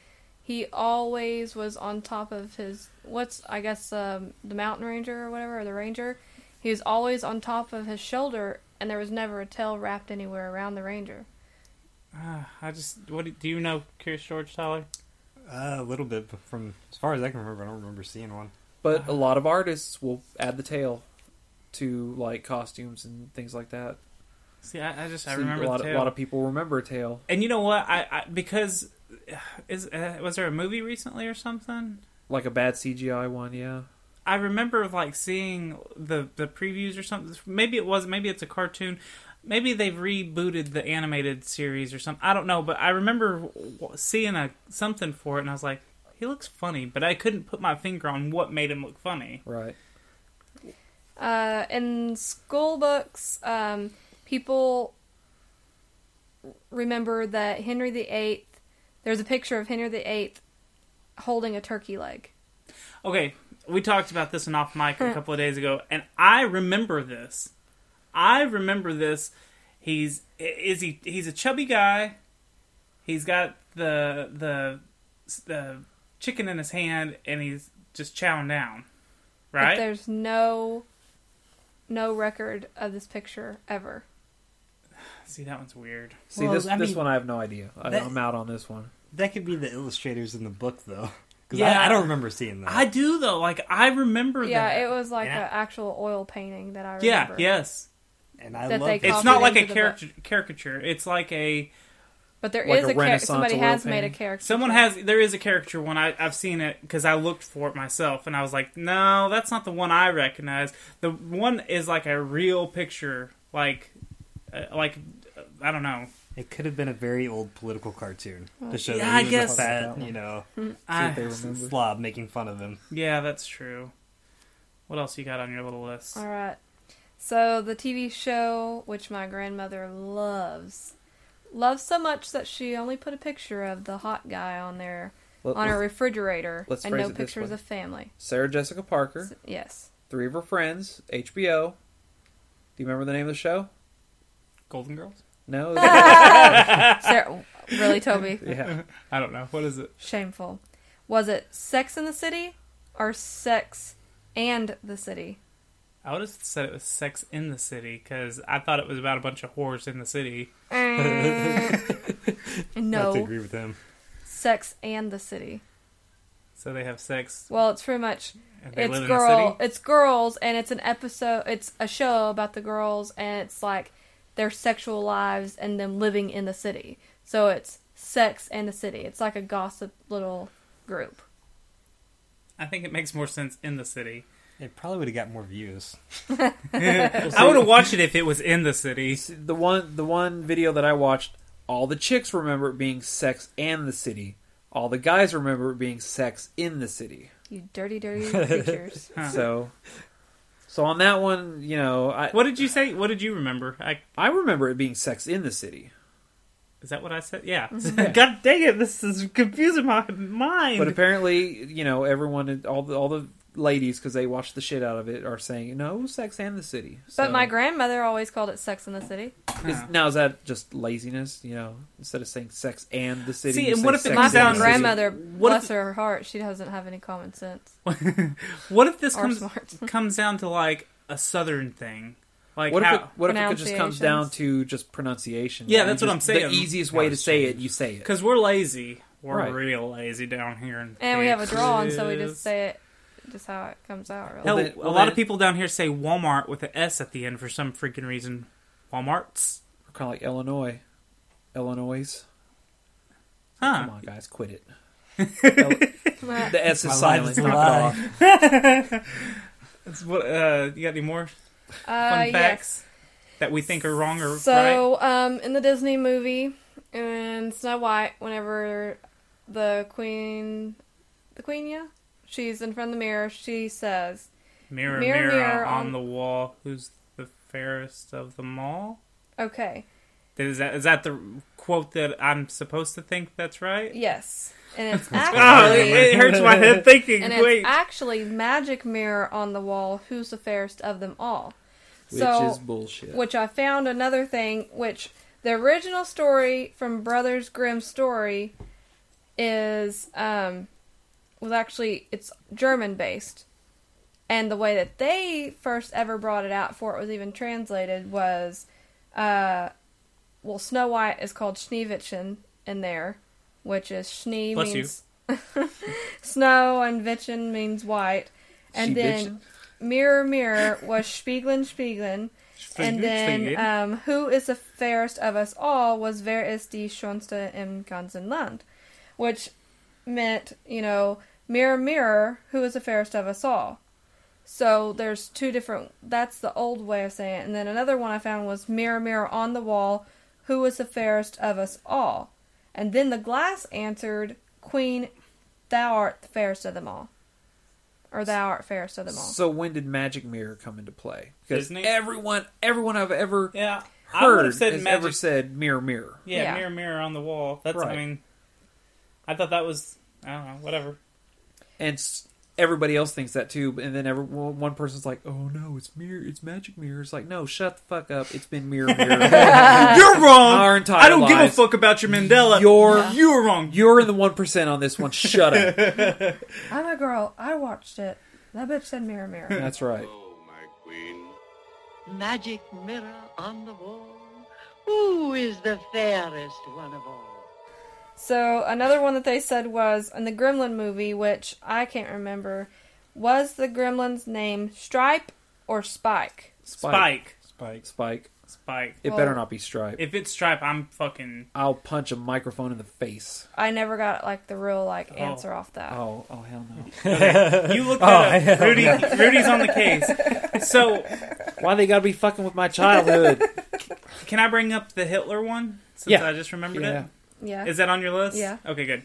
S3: he always was on top of his what's I guess um, the mountain ranger or whatever or the ranger. He was always on top of his shoulder, and there was never a tail wrapped anywhere around the ranger.
S1: Ah, I just what do- do you know? Curious George Tyler.
S5: Uh, a little bit, but from as far as I can remember, I don't remember seeing one.
S2: But a lot of artists will add the tail to like costumes and things like that.
S1: See, I, I just I
S2: So
S1: remember
S2: a lot,
S1: the
S2: of-
S1: tail.
S2: a lot of people remember a tail.
S1: And you know what? I, I because is uh, was there a movie recently or something?
S2: Like a bad CGI one, yeah.
S1: I remember like seeing the the previews or something. Maybe it was. Maybe it's a cartoon. Maybe they've rebooted the animated series or something. I don't know, but I remember w- w- seeing a something for it, and I was like, "He looks funny," but I couldn't put my finger on what made him look funny.
S2: Right.
S3: Uh, in school books, um, people remember that Henry VIII. There's a picture of Henry VIII holding a turkey leg.
S1: Okay, we talked about this in off mic a couple of days ago, and I remember this. I remember this. He's is he he's a chubby guy. He's got the the the chicken in his hand, and he's just chowing down.
S3: But
S1: Right?
S3: there's no no record of this picture ever.
S1: See, that one's weird.
S2: See
S5: Well,
S2: this
S5: I
S2: this
S5: mean,
S2: one I have no idea. I,
S5: that-
S2: I'm out on this one.
S5: That could be the illustrators in the book, though. Because
S1: Yeah.
S5: I, I don't remember seeing that.
S1: I do though. Like I remember
S3: Yeah,
S1: that.
S3: it was like
S1: Yeah.
S3: an actual oil painting that I remember.
S1: yeah. Yes.
S5: And
S3: I That love they that.
S1: It's not
S3: copied
S1: like a
S3: into the book.
S1: caric- caricature. It's like a.
S3: But there Like is a a char- Renaissance somebody oil has made a painting. caricature.
S1: Someone has. There is a caricature one. I, I've seen it because I looked for it myself, and I was like, "No, that's not the one I recognize." The one is like a real picture, like, uh, like uh, I don't know.
S5: It could have been a very old political cartoon to show
S1: Yeah,
S5: that
S1: I
S5: he was
S1: guess-
S5: a fat, you know,
S1: Hmm.
S5: I,
S1: I-
S5: slob making fun of him.
S1: Yeah, that's true. What else you got on your little list?
S3: All right. So the TV show, which my grandmother loves, loves so much that she only put a picture of the hot guy on there
S2: Let-
S3: on her
S2: let's-
S3: refrigerator,
S2: Let's
S3: and
S2: phrase
S3: no
S2: it this
S3: pictures
S2: way.
S3: of family.
S2: Sarah Jessica Parker.
S3: yes.
S2: Three of her friends. HBO. Do you remember the name of the show?
S1: Golden Girls.
S2: No.
S3: Sarah, really, Toby?
S2: Yeah.
S1: I don't know. What is it?
S3: Shameful. Was it Sex in the City or Sex and the City?
S1: I would have said it was Sex in the City because I thought it was about a bunch of whores in the city.
S3: Eh. no.
S1: them.
S3: Sex and the City.
S1: So they have sex.
S3: Well, it's pretty much
S1: And they
S3: it's
S1: live in a
S3: girl, it's girls, and it's an episode, it's a show about the girls, and it's like their sexual lives and them living in the city. So it's sex and the city. It's like a gossip little group.
S1: I think it makes more sense in the city.
S5: It probably would have got more views.
S1: I would have watched it if it was in the city.
S2: the one the one video that I watched, all the chicks remember it being Sex and the City. All the guys remember it being Sex in the City.
S3: You dirty, dirty creatures.
S2: So, so on that one, you know, I,
S1: what did you say? What did you remember? I
S2: I remember it being Sex in the City,
S1: Is that what I said? Yeah.
S3: Mm-hmm.
S1: God dang it! This is confusing my mind.
S2: but apparently, you know, everyone, all the all the ladies because they watched the shit out of it are saying no, it was Sex and the City.
S3: But my grandmother always called it Sex in the City.
S2: Is, now is that just laziness? You know, instead of saying Sex and the City,
S1: See,
S2: you
S1: and
S2: say
S1: what if it
S2: Sex
S1: comes
S2: and
S1: down-
S2: the City.
S3: Grandmother,
S1: What if-
S3: bless her heart, she doesn't have any common sense.
S1: What if this
S3: Or
S1: comes comes down to like a southern thing? Like
S2: what if
S1: how,
S2: it, what if it could just comes down to just pronunciation?
S1: Yeah,
S2: Like,
S1: that's
S2: you
S1: what I'm
S2: just-
S1: saying.
S2: The easiest way to say it, you say it.
S1: Because we're lazy. We're
S2: Right.
S1: real lazy down here. In
S3: And we have a draw, and so we
S1: Texas.
S3: just say it just how it comes out. Really.
S1: Hell, a lot of people down here say Walmart with an S at the end for some freaking reason. Walmarts.
S2: We're kind of like Illinois. Illinois.
S1: Huh.
S2: Come on, guys, quit it. El- the
S1: My
S2: S is
S1: life
S2: silent.
S1: is a
S2: Knock it
S1: lie.
S2: off.
S1: That's what. Uh, you got any more fun
S3: Uh, yes.
S1: facts that we think are wrong or right?
S3: So, um, in the Disney movie, in Snow White, whenever the queen, the queen, yeah, she's in front of the mirror, she says,
S1: Mirror, mirror, on, the wall, who's the fairest of them all?
S3: Okay,
S1: Is that is that the quote that I'm supposed to think that's right?
S3: yes. And it's
S1: That's
S3: actually.
S1: what I remember. It hurts my head thinking,
S3: And
S1: wait.
S3: it's actually magic mirror on the wall, who's the fairest of them all.
S2: Which is bullshit.
S3: Which I found another thing, which the original story from Brothers Grimm story is um was actually it's German based. And the way that they first ever brought it out before it was even translated was uh well Snow White is called Schneewittchen in there, which is Schnee
S2: Bless you.
S3: means snow and Wittchen means white. And then Mirror Mirror was Spiegeln Spiegeln.
S2: Spiegeln,
S3: and then
S2: Spiegeln.
S3: um, Who is the fairest of us all was Wer ist die schönste im ganzen Land, which meant, you know, Mirror Mirror, who is the fairest of us all. So there's two different. That's the old way of saying it. And then another one I found was Mirror, Mirror on the Wall, who is the fairest of us all? And then the glass answered, Queen, thou art the fairest of them all. Or thou art fairest of them all.
S2: So when did Magic Mirror come into play? Because
S1: Disney?
S2: everyone, everyone I've ever
S1: yeah I would
S2: heard
S1: have said
S2: has
S1: magic.
S2: ever said Mirror Mirror.
S1: yeah,
S3: Yeah.
S1: mirror, mirror on the wall. That's I
S2: Right.
S1: mean, I thought that was I don't know, whatever.
S2: and s- everybody else thinks that too. And then every one one person's like, "Oh no, it's mirror, it's magic mirror." It's like, no, shut the fuck up. It's been mirror mirror.
S1: You're wrong.
S2: Our entire
S1: I don't give a
S2: lives.
S1: fuck about your Mandela.
S2: You're
S1: Yeah. you're wrong.
S2: You're in the one percent on this one. Shut up.
S3: I'm a girl. I watched it. That bitch said Mirror, Mirror.
S2: That's right.
S19: Magic mirror on the wall. Who is the fairest one of all?
S3: So another one that they said was in the Gremlin movie, which I can't remember, was the Gremlin's name Stripe or Spike?
S1: Spike.
S2: Spike. Spike.
S1: Spike.
S2: It better not be Stripe.
S1: If it's Stripe, I'm fucking.
S2: I'll punch a microphone in the face.
S3: I never got like the real like
S2: Oh.
S3: answer off that.
S2: Oh, oh hell no! Oh,
S1: Okay, you look that up. Rudy, Rudy's on the case. So
S2: why they gotta be fucking with my childhood?
S1: Can I bring up the Hitler one since
S2: Yeah.
S1: I just remembered
S2: Yeah.
S1: it?
S3: Yeah.
S1: Is that on your list?
S3: Yeah.
S1: Okay, good.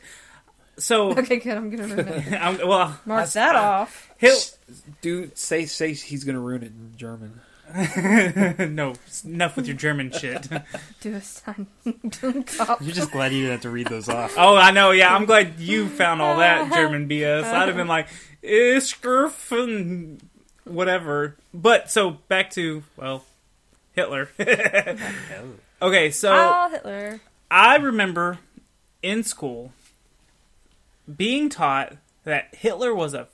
S1: So
S3: Okay, good. I'm gonna ruin it.
S1: I'm, well,
S3: Mark that off.
S1: Hit-
S2: Dude, say say he's gonna ruin it in German.
S1: no, enough with your German shit.
S3: Do a sign. Cop.
S1: You're just glad you didn't have to read those off. Oh, I know. Yeah, I'm glad you found all that German BS. I'd have been like, Iskerfen, whatever. But so back to well, Hitler. okay, so
S3: Oh, Hitler.
S1: I remember in school being taught that Hitler was a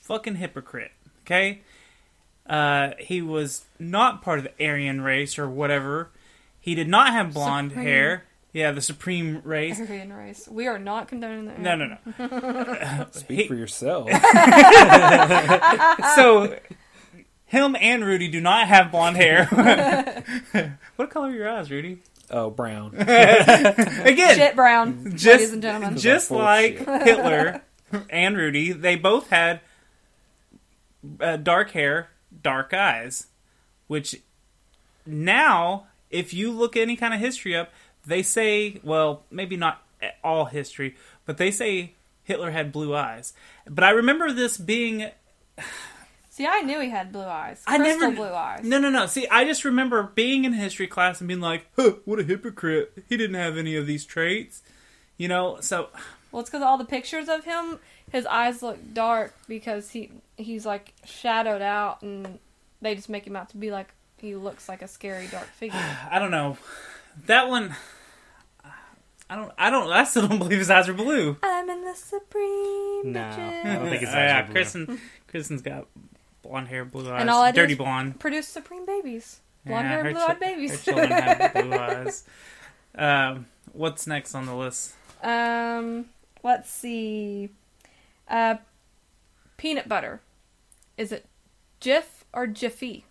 S1: fucking hypocrite. Okay, uh, he was not part of the Aryan race or whatever. He did not have blonde
S3: Supreme.
S1: hair. Yeah, the supreme race.
S3: Aryan race. We are not condoning that.
S1: No, no, no.
S2: Speak for yourself.
S1: so, him and Rudy do not have blonde hair. what color are your eyes, Rudy?
S2: Oh, brown.
S1: Again,
S3: Shit brown,
S1: Just,
S3: ladies and gentlemen.
S1: just
S3: Full of
S1: like
S3: shit.
S1: Hitler and Rudy, they both had uh, dark hair, dark eyes. Which now, if you look any kind of history up, they say, well, maybe not all history, but they say Hitler had blue eyes. But I remember this being
S3: See, I knew he had blue eyes.
S1: I
S3: Crystal
S1: never
S3: blue eyes.
S1: No, no, no. See, I just remember being in history class and being like, huh, "What a hypocrite! He didn't have any of these traits," you know. So
S3: Well, it's because all the pictures of him, his eyes look dark because he he's like shadowed out, and they just make him out to be like he looks like a scary dark figure.
S1: I don't know. That one. I don't. I don't. I still don't believe his eyes are blue.
S3: I'm in the supreme.
S1: No,
S3: I
S1: don't think his eyes yeah, are blue. Kristen, Kristen's got blonde hair, blue eyes,
S3: and all I do
S1: dirty
S3: is
S1: blonde.
S3: Produce supreme babies, blonde
S1: Yeah,
S3: hair,
S1: her
S3: blue eyed
S1: chi-
S3: babies.
S1: Her children have blue eyes. Um, what's next on the list?
S3: Um, let's see. Uh, peanut butter. Is it Jif or Jiffy?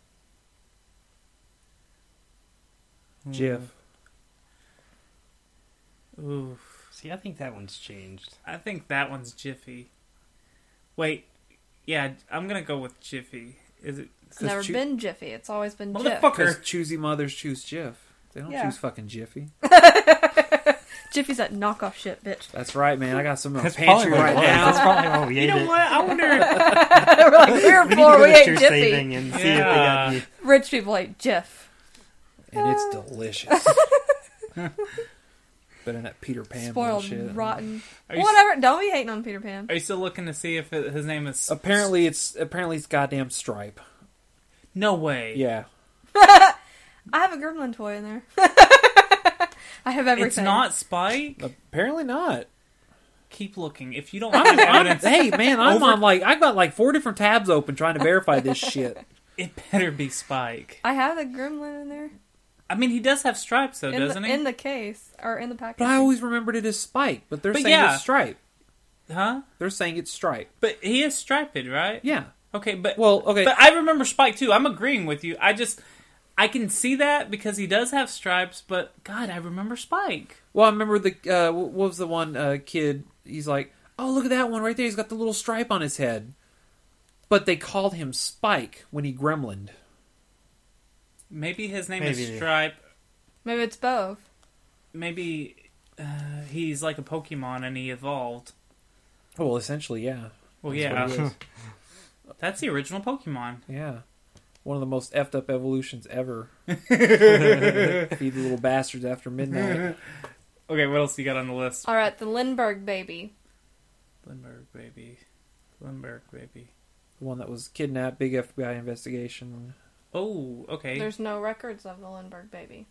S2: Jif.
S1: Ooh.
S5: See, I think that one's changed.
S1: I think that one's Jiffy. Wait, yeah, I'm gonna go with Jiffy. Is it?
S3: It's never been Jiffy. It's always been
S2: Because
S3: Jif.
S2: choosy mothers choose Jif. They don't
S3: Yeah.
S2: choose fucking Jiffy.
S3: Jiffy's that knockoff shit, bitch.
S2: That's right, man. I got some in my
S3: That's
S2: pantry
S3: probably what
S2: right
S3: it was.
S2: now.
S3: That's probably what we You ate know it. what? I wonder-
S2: We're
S3: like, we're
S2: need to
S3: poor,
S2: go
S3: we
S2: to
S3: ate
S2: Truth
S3: Jiffy.
S2: Saving and see if they got any-
S3: Rich people ate Jif.
S2: And it's delicious. Better than that Peter Pan
S3: Spoiled,
S2: bullshit.
S3: rotten.
S1: Are you
S3: Whatever. Don't be hating on Peter Pan.
S1: Are you still looking to see if it, his name is?
S2: Apparently, it's apparently it's goddamn Stripe.
S1: No way.
S2: Yeah,
S3: I have a gremlin toy in there. I have everything.
S1: It's not Spike.
S2: Apparently not.
S1: Keep looking. If you don't
S2: I'm,
S1: find
S2: I'm-
S1: evidence,
S2: hey man, I'm
S1: over-
S2: on like I got like four different tabs open trying to verify this shit.
S1: It better be Spike.
S3: I have the gremlin in there.
S1: I mean, he does have stripes though,
S3: in
S1: doesn't
S3: the,
S1: he?
S3: In the case or in the package.
S2: But I always remembered it as Spike. But they're
S1: But
S2: saying
S1: yeah.
S2: it's Stripe.
S1: Huh?
S2: They're saying it's Stripe.
S1: But he is striped, right?
S2: Yeah.
S1: Okay, but
S2: well, okay.
S1: But I remember Spike too. I'm agreeing with you. I just I can see that because he does have stripes, but God, I remember Spike.
S2: Well, I remember the uh, what was the one uh, kid? He's like, oh look at that one right there. He's got the little stripe on his head. But they called him Spike when he gremlined.
S1: Maybe his name is
S2: Maybe.
S1: Stripe.
S3: Maybe it's both.
S1: Maybe uh, he's like a Pokemon and he evolved.
S2: Oh, well, essentially, yeah.
S1: Well,
S2: That's
S1: yeah.
S2: what it is.
S1: That's the original Pokemon.
S2: yeah. One of the most effed up evolutions ever. Feed the little bastards after midnight.
S1: Okay, what else you got on the list?
S3: All right, the Lindbergh baby.
S1: Lindbergh baby, Lindbergh baby.
S2: The one that was kidnapped, big FBI investigation.
S1: Oh, okay.
S3: There's no records of the Lindbergh baby.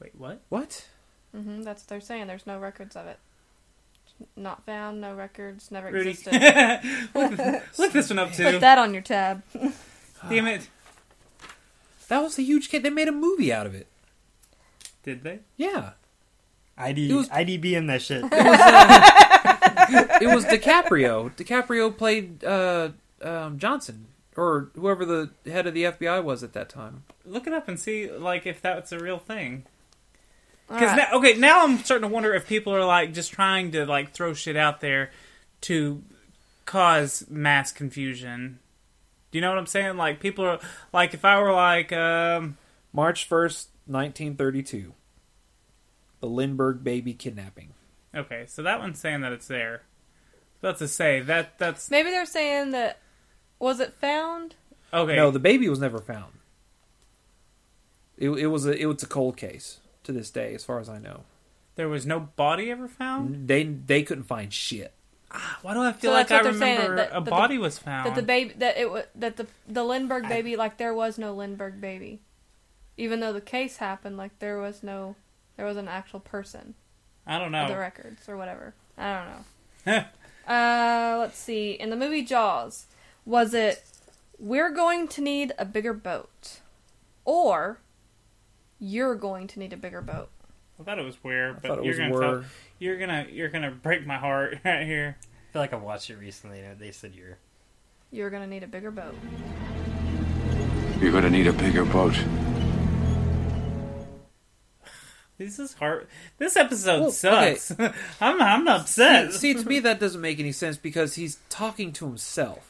S1: Wait, what?
S2: What?
S3: hmm that's what they're saying. There's no records of it. Not found. No records. Never
S1: Rudy.
S3: existed.
S1: Look this one up, too.
S3: Put that on your tab.
S1: Damn it!
S2: That was a huge kid. They made a movie out of it.
S1: Did they?
S2: Yeah.
S5: ID,
S2: It was- uh,
S5: IDB in that shit.
S2: it was DiCaprio. DiCaprio played uh, um, Johnson or whoever the head of the FBI was at that time.
S1: Look it up and see, like, if that's a real thing. Because
S2: Alright.
S1: now, okay, now I'm starting to wonder if people are like just trying to like throw shit out there to cause mass confusion. Do you know what I'm saying? Like people are like, if I were like, um,
S2: March first, nineteen thirty-two. The Lindbergh baby kidnapping.
S1: okay, so that one's saying that it's there. That's to say that that's
S3: Maybe they're saying that was it found?
S1: okay.
S2: No, the baby was never found. It, it was a it was a cold case to this day, as far as I know.
S1: There was no body ever found.
S2: They they couldn't find shit.
S1: Why do I feel
S3: So
S1: like
S3: that's
S1: I
S3: what they're saying,
S1: remember
S3: that-
S1: a
S3: that the-
S1: body was found?
S3: That the baby that it wa- that the the Lindbergh baby like there was no Lindbergh baby, even though the case happened like there was no there was an actual person.
S1: I don't
S3: of The
S1: know.
S3: records or whatever. I don't know. Uh, let's see. In the movie Jaws, was it we're going to need a bigger boat, or you're going to need a bigger boat?
S1: I thought it was where,
S2: thought
S1: but
S2: it
S1: you're
S2: was
S1: gonna
S2: were.
S1: tell- you're gonna you're gonna break my heart right here.
S5: I feel like I watched it recently and they said you're.
S3: You're gonna need a bigger boat.
S20: You're gonna need a bigger boat.
S1: This is hard. This episode
S2: Well,
S1: sucks.
S2: okay.
S1: I'm I'm upset.
S2: See, see, to me that doesn't make any sense because he's talking to himself,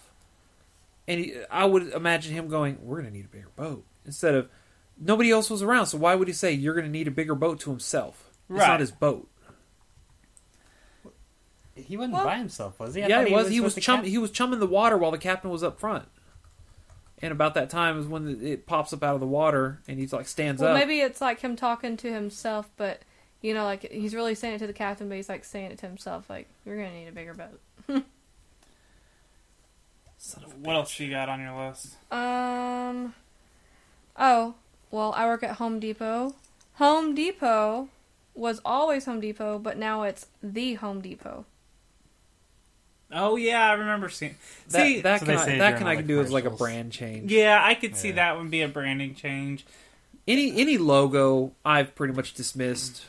S2: and he, I would imagine him going, "We're going to need a bigger boat," instead of nobody else was around. So why would he say you're going to need a bigger boat to himself? It's
S5: Right.
S2: not his boat.
S5: He wasn't by himself, was he? I
S2: yeah,
S5: thought
S2: it was. He
S5: with
S2: was
S5: the
S2: chum.
S5: cap-
S2: He was chumming the water while the captain was up front. And about that time is when it pops up out of the water, and he's like stands
S3: Well,
S2: up.
S3: maybe it's like him talking to himself, but You know, like he's really saying it to the captain, but he's like saying it to himself, like you're gonna need a bigger boat.
S1: What else you got on your list?
S3: Um. Oh, well, I work at Home Depot. Home Depot was always Home Depot, but now it's the Home Depot.
S1: Oh yeah, I remember seeing.
S2: That-
S1: See,
S2: that That's what can they I- say that during can all I the do as, like, a commercials. brand change.
S1: Yeah, I could see that would be a branding change.
S2: Any any logo I've pretty much dismissed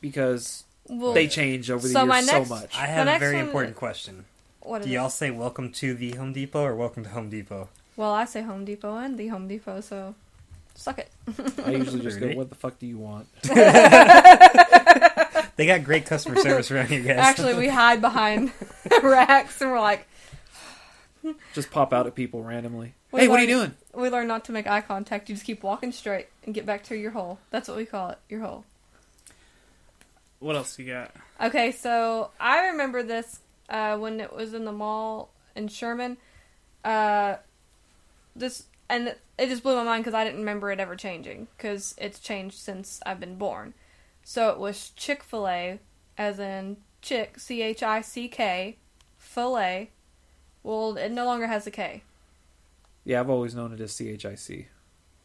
S2: because
S3: Well,
S2: they change over the
S3: so
S2: years
S3: my next-
S2: so much.
S3: I
S5: I have
S3: The
S5: a
S3: next
S5: very
S3: one-
S5: important question.
S3: What is
S5: Do y'all
S3: it?
S5: say welcome to the Home Depot or welcome to Home Depot?
S3: Well, I say Home Depot and the Home Depot, so suck it.
S2: I usually just go,
S5: Rudy?
S2: "What the fuck do you want?"
S5: They got great customer service around here, guys.
S3: Actually, we hide behind racks and we're like,
S2: just pop out at people randomly.
S3: we
S2: hey, what are you doing?
S3: learn- We learn not to make eye contact. You just keep walking straight and get back to your hole. That's what we call it, your hole.
S1: What else you got?
S3: Okay, so I remember this uh, when it was in the mall in Sherman. Uh, this and it just blew my mind because I didn't remember it ever changing because it's changed since I've been born. So it was Chick Fil A, as in chick C H I C K, fillet. Well, it no longer has a K.
S2: Yeah, I've always known it as CHIC.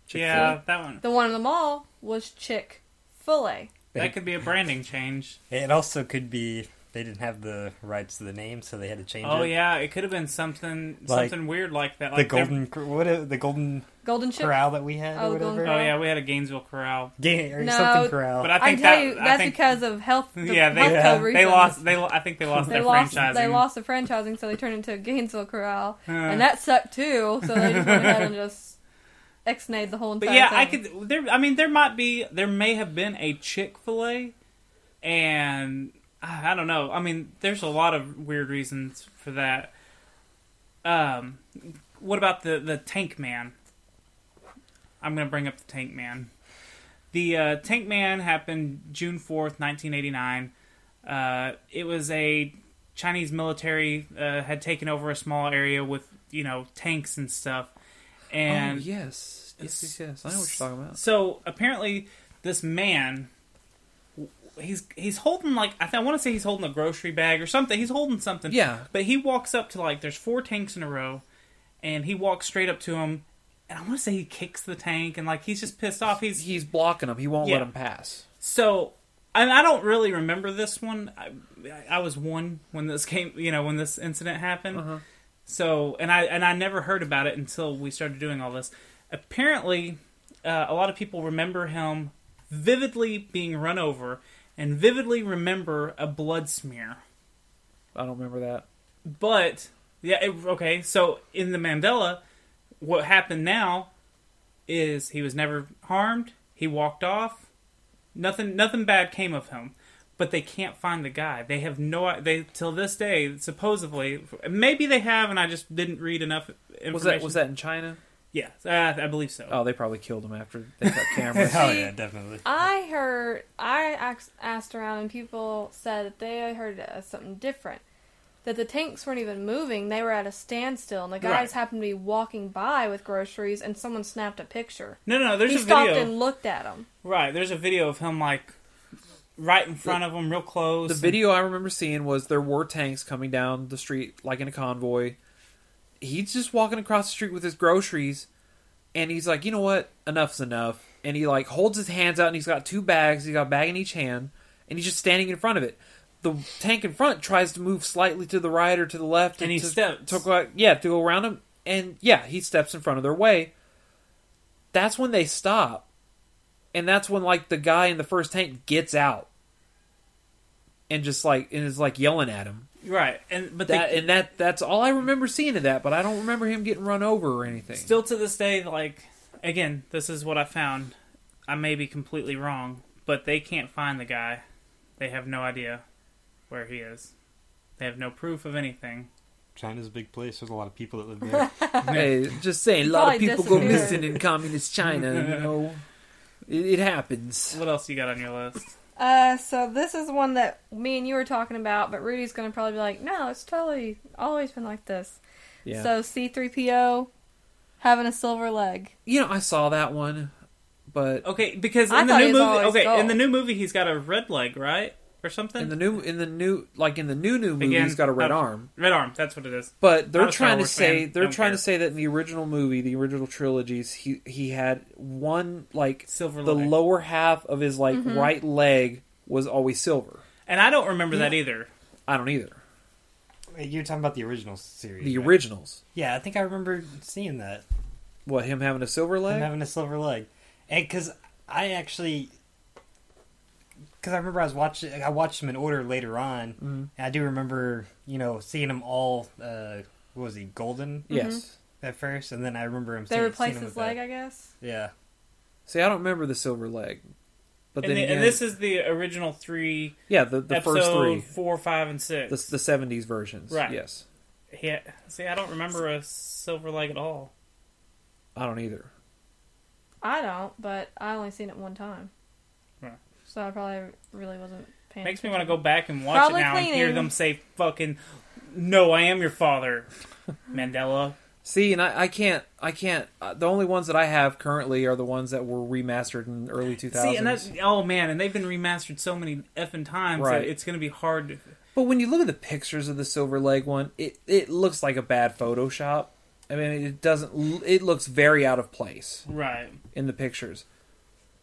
S1: Yeah, that one.
S3: The one in the mall was Chick Fil A.
S1: That could be a branding change.
S5: It also could be they didn't have the rights to the name, so they had to change it.
S1: Oh yeah, it could have been something
S5: Like,
S1: something weird like that.
S5: the
S1: Like they're-
S5: golden, cor- what is, the golden,
S3: Golden Chick
S5: corral that we had, or whatever.
S1: Oh yeah, we had a Gainesville corral.
S5: Ga- or No, something corral.
S1: But I
S3: I
S1: think
S3: tell
S1: that,
S3: you,
S1: I
S3: that's
S1: think-
S3: because of health- the
S1: yeah, they uh,
S3: health code
S1: they
S3: reasons.
S1: lost. They lo- I think they lost
S3: they
S1: their
S3: lost
S1: franchising. Uh.
S3: they lost the franchising, so they turned into Gainesville Corral,
S1: Huh.
S3: and that sucked too. So they just went ahead and just exnayed the whole entire
S1: But yeah,
S3: thing.
S1: I could. There, I mean, there might be. There may have been a Chick Fil A, and ah, I I don't know. I mean, there's a lot of weird reasons for that. Um, what about the the Tank Man? I'm gonna bring up the Tank Man. The uh, Tank Man happened June 4th, 1989. Uh, it was a Chinese military uh, had taken over a small area with you know tanks and stuff. And
S2: Oh, yes. Yes, yes, yes. I know what you're talking about.
S1: So apparently, this man, w- he's he's holding like I, th- I want to say he's holding a grocery bag or something. He's holding something.
S2: Yeah.
S1: But he walks up to like there's four tanks in a row, and he walks straight up to him, and I want to say he kicks the tank and like he's just pissed off. He's
S2: he's blocking him. He won't let him pass.
S1: So, and I don't really remember this one. I, I was one when this came, you know, when this incident happened.
S2: Uh-huh.
S1: So, and I and I never heard about it until we started doing all this. Apparently, uh, a lot of people remember him vividly being run over and vividly remember a blood smear.
S2: I don't remember that.
S1: But yeah, it, okay. So in the Mandela, what happened now is he was never harmed. He walked off. Nothing, nothing bad came of him. But they can't find the guy. They have no. They till this day, supposedly, maybe they have, and I just didn't read enough information.
S2: Was that was that in China?
S1: Yeah, uh, I believe so.
S2: Oh, they probably killed him after they got cameras.
S1: Oh, yeah, definitely.
S3: I heard I ax- asked around and people said that they heard uh, something different. That the tanks weren't even moving; they were at a standstill, and the guys
S1: Right.
S3: happened to be walking by with groceries, and someone snapped a picture.
S1: No, no, there's
S3: he
S1: a
S3: stopped
S1: video.
S3: and looked at them.
S1: Right, there's a video of him like right in front of him, real close.
S2: The video I remember seeing was there were tanks coming down the street like in a convoy. He's just walking across the street with his groceries and he's like, "You know what? Enough's enough." And he like holds his hands out and he's got two bags, he's got a bag in each hand, and he's just standing in front of it. The tank in front tries to move slightly to the right or to the left
S1: And he
S2: to,
S1: steps.
S2: to go- yeah, to go around him and yeah, he steps in front of their way. That's when they stop. And that's when like the guy in the first tank gets out and just like and is like yelling at him.
S1: Right, and but
S2: that
S1: they,
S2: and that that's all I remember seeing of that, but I don't remember him getting run over or anything.
S1: Still to this day, like again, this is what I found. I may be completely wrong, but they can't find the guy. They have no idea where he is. They have no proof of anything.
S5: China's a big place. There's a lot of people that live there.
S2: Hey, Eh, just saying, a lot of people go missing in communist China. You know, it, it happens.
S1: What else you got on your list?
S3: Uh, so this is one that me and you were talking about, but Rudy's gonna probably be like, "No, it's totally always been like this."
S2: Yeah.
S3: So C three PO having a silver leg.
S2: You know, I saw that one, but
S1: Okay, because
S3: I
S1: in the
S3: thought
S1: new
S3: he was
S1: movie,
S3: always
S1: okay,
S3: bald.
S1: in the new movie, he's got a red leg, right, or something.
S2: in the new in the new like in the new new movie, he's got a red
S1: uh,
S2: arm.
S1: Red arm. That's what it is.
S2: But they're
S1: Not a Star
S2: trying to
S1: Wars
S2: say
S1: fan,
S2: they're
S1: don't
S2: trying
S1: care.
S2: to say that in the original movie, the original trilogies, he he had one like silver the
S1: leg.
S2: lower half of his like
S1: Mhm.
S2: right leg was always silver.
S1: And I don't remember that either.
S2: I don't either.
S5: You're talking about the original series.
S2: The
S5: right?
S2: originals.
S5: Yeah, I think I remember seeing that.
S2: What him having a silver leg?
S5: Him having a silver leg, and because I actually, because I remember I was watching, I watched them in order later on,
S2: Mhm.
S5: and I do remember, you know, seeing them all. Uh, what was he golden?
S2: Yes.
S5: At first, and then I remember him.
S3: Mm-hmm. They
S5: see-
S3: replace
S5: seeing him
S3: his
S5: with that.
S3: leg, I guess?
S5: Yeah.
S2: See, I don't remember the silver leg, but
S1: and,
S2: then
S1: the-
S2: again,
S1: and this is the original three.
S2: Yeah, the- the first
S1: episode
S2: three.
S1: four, five, and six.
S2: the the seventies versions.
S1: right.
S2: Yes,
S1: Yeah. See, I don't remember a silver leg at all.
S2: I don't either.
S3: I don't, but I only seen it one time.
S1: Right.
S3: So I probably really wasn't paying
S1: Makes me want to
S3: attention.
S1: go back and watch
S3: Probably
S1: it now and hear
S3: cleaning.
S1: them say, "Fucking, no, I am your father, Mandela."
S2: See, and I, I can't, I can't. Uh, the only ones that I have currently are the ones that were remastered in early two
S1: See, and that's
S2: thousands.
S1: oh man, and they've been remastered so many effing times
S2: Right.
S1: that it's going to be hard. To,
S2: But when you look at the pictures of the silver leg one, it it looks like a bad Photoshop. I mean, it doesn't. l- It looks very out of place.
S1: Right.
S2: in the pictures,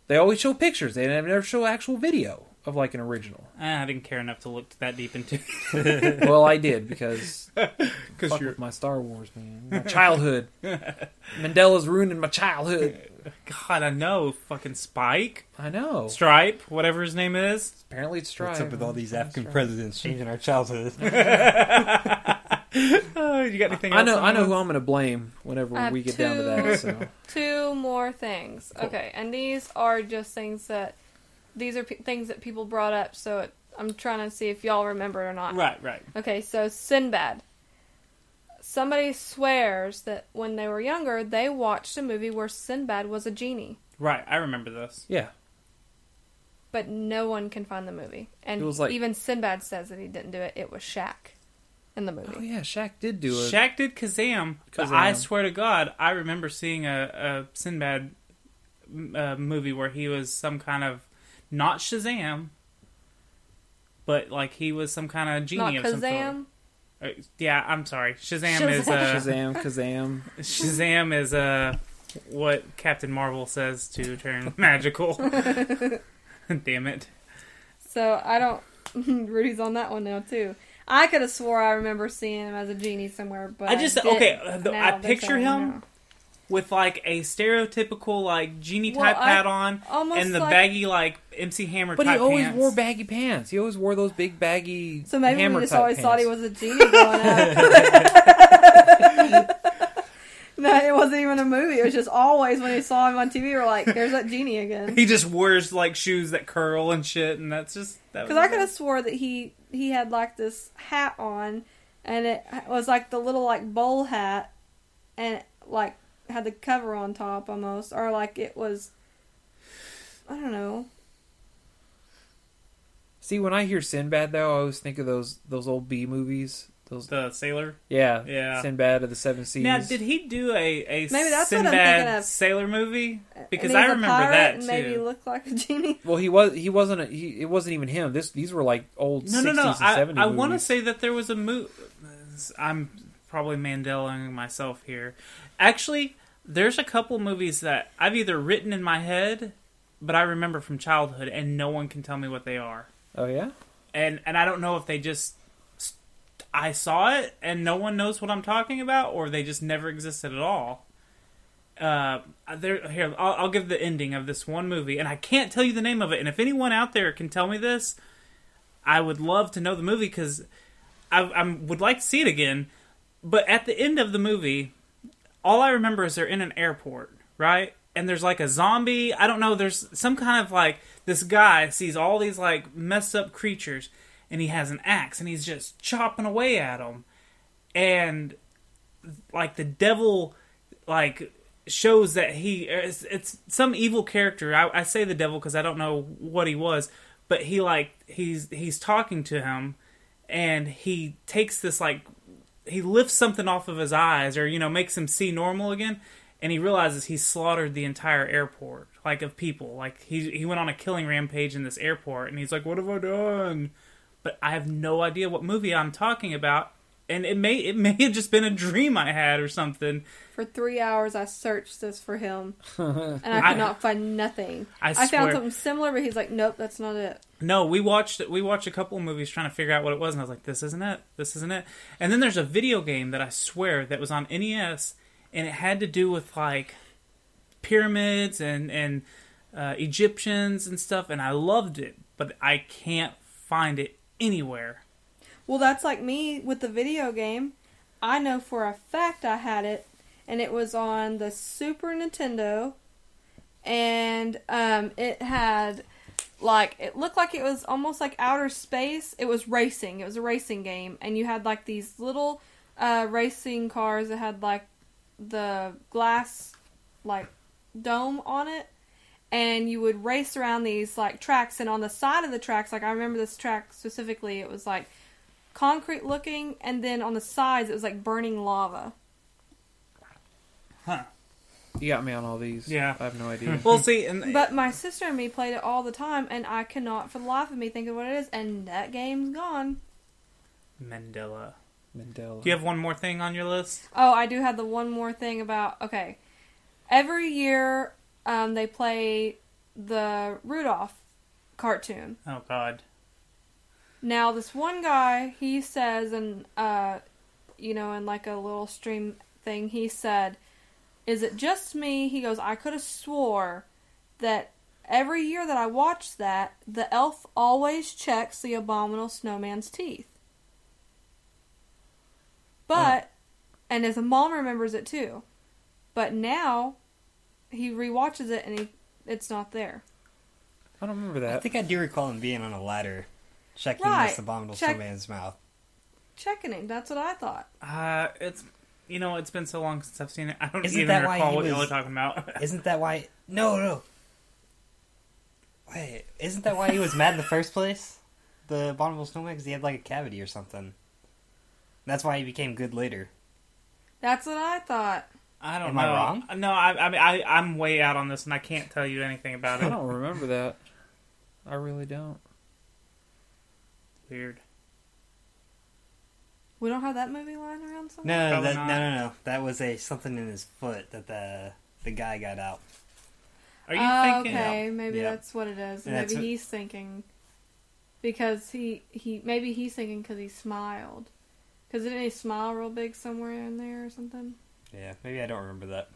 S2: they always show pictures. They never show actual video of like an original.
S1: Ah, I didn't care enough to look that deep into.
S2: well, I did because
S1: because
S2: fuck with my Star Wars man, my childhood. Mandela's ruining my childhood.
S1: God, I know, fucking Spike.
S2: I know
S1: Stripe, whatever his name is.
S2: Apparently, it's Stripe.
S5: What's up with all these African
S1: Stripe.
S5: presidents changing our childhood?
S1: Oh, you got anything?
S2: I
S1: Else
S2: know.
S1: on
S2: I know
S1: this?
S2: who I'm going to blame whenever
S3: I have
S2: we get down to that. So.
S3: two more things. Okay, and these are just things that these are p- things that people brought up. So it, I'm trying to see if y'all remember it or not.
S1: Right, right.
S3: Okay, so Sinbad. Somebody swears that when they were younger, they watched a movie where Sinbad was a genie,
S1: Right, I remember this.
S2: Yeah.
S3: but no one can find the movie. And
S1: It was like-
S3: even Sinbad says that he didn't do it. It was Shaq in the movie.
S2: Oh yeah, Shaq did do it.
S1: Shaq did Kazam, but
S2: Kazam.
S1: I swear to God, I remember seeing a, a Sinbad m- uh, movie where he was some kind of not Shazam, but like he was some kind of genie
S3: Not
S1: of some
S3: Kazam?
S1: sort. Uh, yeah, I'm sorry. Shazam, is uh,
S2: Shazam, Kazam.
S1: Shazam is uh, what Captain Marvel says to turn magical. Damn it!
S3: So I don't. Rudy's on that one now too. I could have swore I remember seeing him as a genie somewhere, but
S1: I just
S3: didn't.
S1: okay. uh, the-
S3: Now
S1: I
S3: they're
S1: picture
S3: saying
S1: him
S3: no.
S1: with like a stereotypical like genie
S2: Well,
S1: type
S2: I-
S1: hat on,
S2: almost
S1: and the
S2: like-
S1: baggy like MC Hammer
S2: But he
S1: type
S2: always
S1: pants.
S2: wore baggy pants. He always wore those big baggy.
S3: So maybe
S2: hammer
S3: we just
S2: type
S3: always
S2: pants.
S3: thought he was a genie growing up. no, it wasn't even a movie. It was just always when you saw him on TV, we were like, "There's that genie again."
S1: He just wears like shoes that curl and shit, and that's just that.
S3: Because I could have swore that he he had like this hat on, and it was like the little like bowl hat, and it, like had the cover on top almost, or like it was. I don't know.
S2: See, when I hear Sinbad though, I always think of those those old B movies. Those
S1: the sailor.
S2: Yeah,
S1: Yeah.
S2: Sinbad of the Seven Seas.
S1: Now, did he do a a
S3: Maybe that's what I'm
S1: Sinbad
S3: thinking of.
S1: sailor movie? Because
S3: and he's
S1: I
S3: a
S1: remember
S3: pirate
S1: that
S3: and
S1: too.
S3: Maybe looked like a genie.
S2: Well, he was. He wasn't. A, he, it wasn't even him. This. These were like old.
S1: No,
S2: 60s
S1: no, no.
S2: And
S1: I,
S2: 70
S1: I want to
S2: movies.
S1: say that there was a movie. I'm probably Mandelaing myself here. Actually, there's a couple movies that I've either written in my head, but I remember from childhood, and no one can tell me what they are.
S2: Oh yeah.
S1: And and I don't know if they just st- I saw it and no one knows what I'm talking about, or they just never existed at all. Uh, there here I'll, I'll give the ending of this one movie, and I can't tell you the name of it. And if anyone out there can tell me this, I would love to know the movie because I, I would like to see it again. But at the end of the movie, all I remember is they're in an airport, right? And there's like a zombie. I don't know. There's some kind of like this guy sees all these like messed up creatures, and he has an axe and he's just chopping away at them. And like the devil, like shows that he it's, it's some evil character. I, I say the devil because I don't know what he was, but he like he's he's talking to him, and he takes this like he lifts something off of his eyes or you know makes him see normal again and he realizes he slaughtered the entire airport, like of people. Like he he went on a killing rampage in this airport, and he's like, "What have I done?" But I have no idea what movie I'm talking about, and it may it may have just been a dream I had or something.
S3: For three hours, I searched this for him, and I could not find nothing.
S1: I
S3: found
S1: swear-
S3: something similar, but he's like, "Nope, that's not it."
S1: No, we watched we watched a couple of movies trying to figure out what it was, and I was like, "This isn't it. This isn't it." And then there's a video game that I swear that was on NES, and it had to do with like pyramids and and uh, Egyptians and stuff, and I loved it, but I can't find it anywhere.
S3: Well, that's like me with the video game. I know for a fact I had it, and it was on the Super Nintendo, and um, it had like it looked like it was almost like outer space. It was racing. It was a racing game, and you had like these little uh, racing cars that had like the glass like dome on it and you would race around these like tracks and on the side of the tracks like i remember this track specifically it was like concrete looking and then on the sides it was like burning lava
S2: You got me on all these. Yeah, I have no idea.
S1: Well, see, and
S3: but my sister and me played it all the time and i cannot for the life of me think of what it is and that game's gone
S1: Mandela.
S2: Mandela.
S1: Do you have one more thing on your list?
S3: Oh, I do have the one more thing about. Okay, every year um, they play the Rudolph cartoon.
S1: Oh God.
S3: Now this one guy, he says, and uh, you know, in like a little stream thing, he said, "Is it just me?" He goes, "I could have swore that every year that I watched that, the elf always checks the abominable snowman's teeth." But, and his mom remembers it too. But now, he rewatches it and he, it's not there.
S2: I don't remember that.
S5: I think I do recall him being on a ladder, checking
S3: Right.
S5: this abominable
S3: Check-
S5: snowman's mouth.
S3: Checking him. That's what I thought.
S1: Uh, it's you know it's been so long since I've seen it. I don't
S5: Isn't
S1: even
S5: that why
S1: recall
S5: he
S1: what y'all are
S5: was-
S1: talking about.
S5: Isn't that why? No, no. Wait, isn't that why he was mad in the first place? The abominable snowman, because he had like a cavity or something. That's why he became good later.
S3: That's what I thought.
S1: I don't
S5: Am
S1: know.
S5: I wrong?
S1: No, I, I mean, I, I'm way out on this, and I can't tell you anything about it.
S2: I don't remember that. I really don't.
S1: Weird.
S3: We don't have that movie lying around somewhere.
S5: No,
S1: Probably
S5: that,
S1: not.
S5: no, no, no. That was a something in his foot that the the guy got out.
S1: Are
S3: oh, okay, maybe
S5: Yeah.
S3: that's what it is.
S5: Yeah, that's
S3: maybe
S5: what-
S3: he's thinking because he he maybe he's thinking because he smiled. Because didn't he smile real big somewhere in there or something?
S5: Yeah, maybe I don't remember that.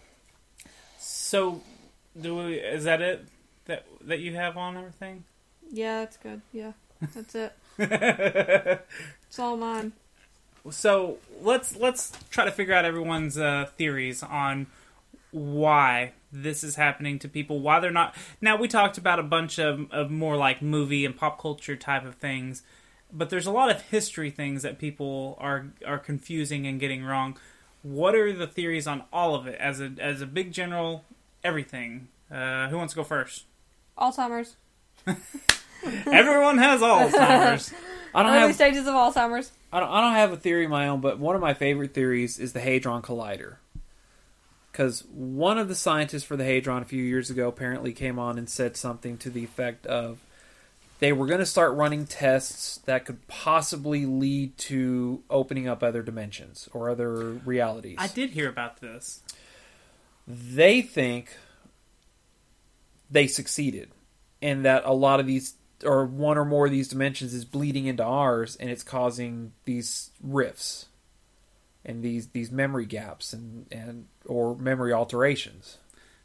S1: So, do we? Is that it? That that you have on everything?
S3: Yeah, that's good. Yeah, that's it. it's all mine.
S1: So let's let's try to figure out everyone's uh, theories on why this is happening to people. Why they're not. Now we talked about a bunch of of more like movie and pop culture type of things, but there's a lot of history things that people are are confusing and getting wrong. What are the theories on all of it as a as a big general everything? Uh, who wants to go first?
S3: Alzheimer's.
S1: Everyone has Alzheimer's.
S2: I don't
S3: Early
S2: have.
S3: stages of Alzheimer's.
S2: I don't, I don't have a theory of my own, but one of my favorite theories is the Hadron Collider. Because one of the scientists for the Hadron a few years ago apparently came on and said something to the effect of they were going to start running tests that could possibly lead to opening up other dimensions or other realities.
S1: I did hear about this.
S2: they think they succeeded and that a lot of these or one or more of these dimensions is bleeding into ours and it's causing these rifts and these these memory gaps and and or memory alterations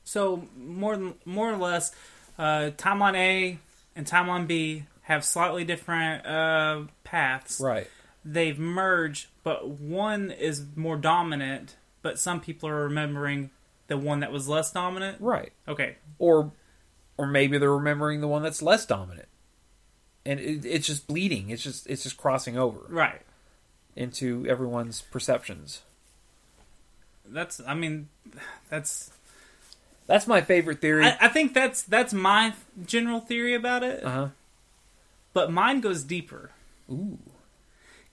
S1: So more than, more or less, uh, timeline A and timeline B have slightly different uh, paths.
S2: Right.
S1: They've merged, but one is more dominant. But some people are remembering the one that was less dominant.
S2: Right.
S1: Okay.
S2: or or maybe they're remembering the one that's less dominant and it, it's just bleeding it's just it's just crossing over
S1: right
S2: into everyone's perceptions
S1: That's. I mean, that's.
S2: that's my favorite theory
S1: I, I think that's that's my general theory about it.
S2: uh-huh
S1: But mine goes deeper.
S2: Ooh.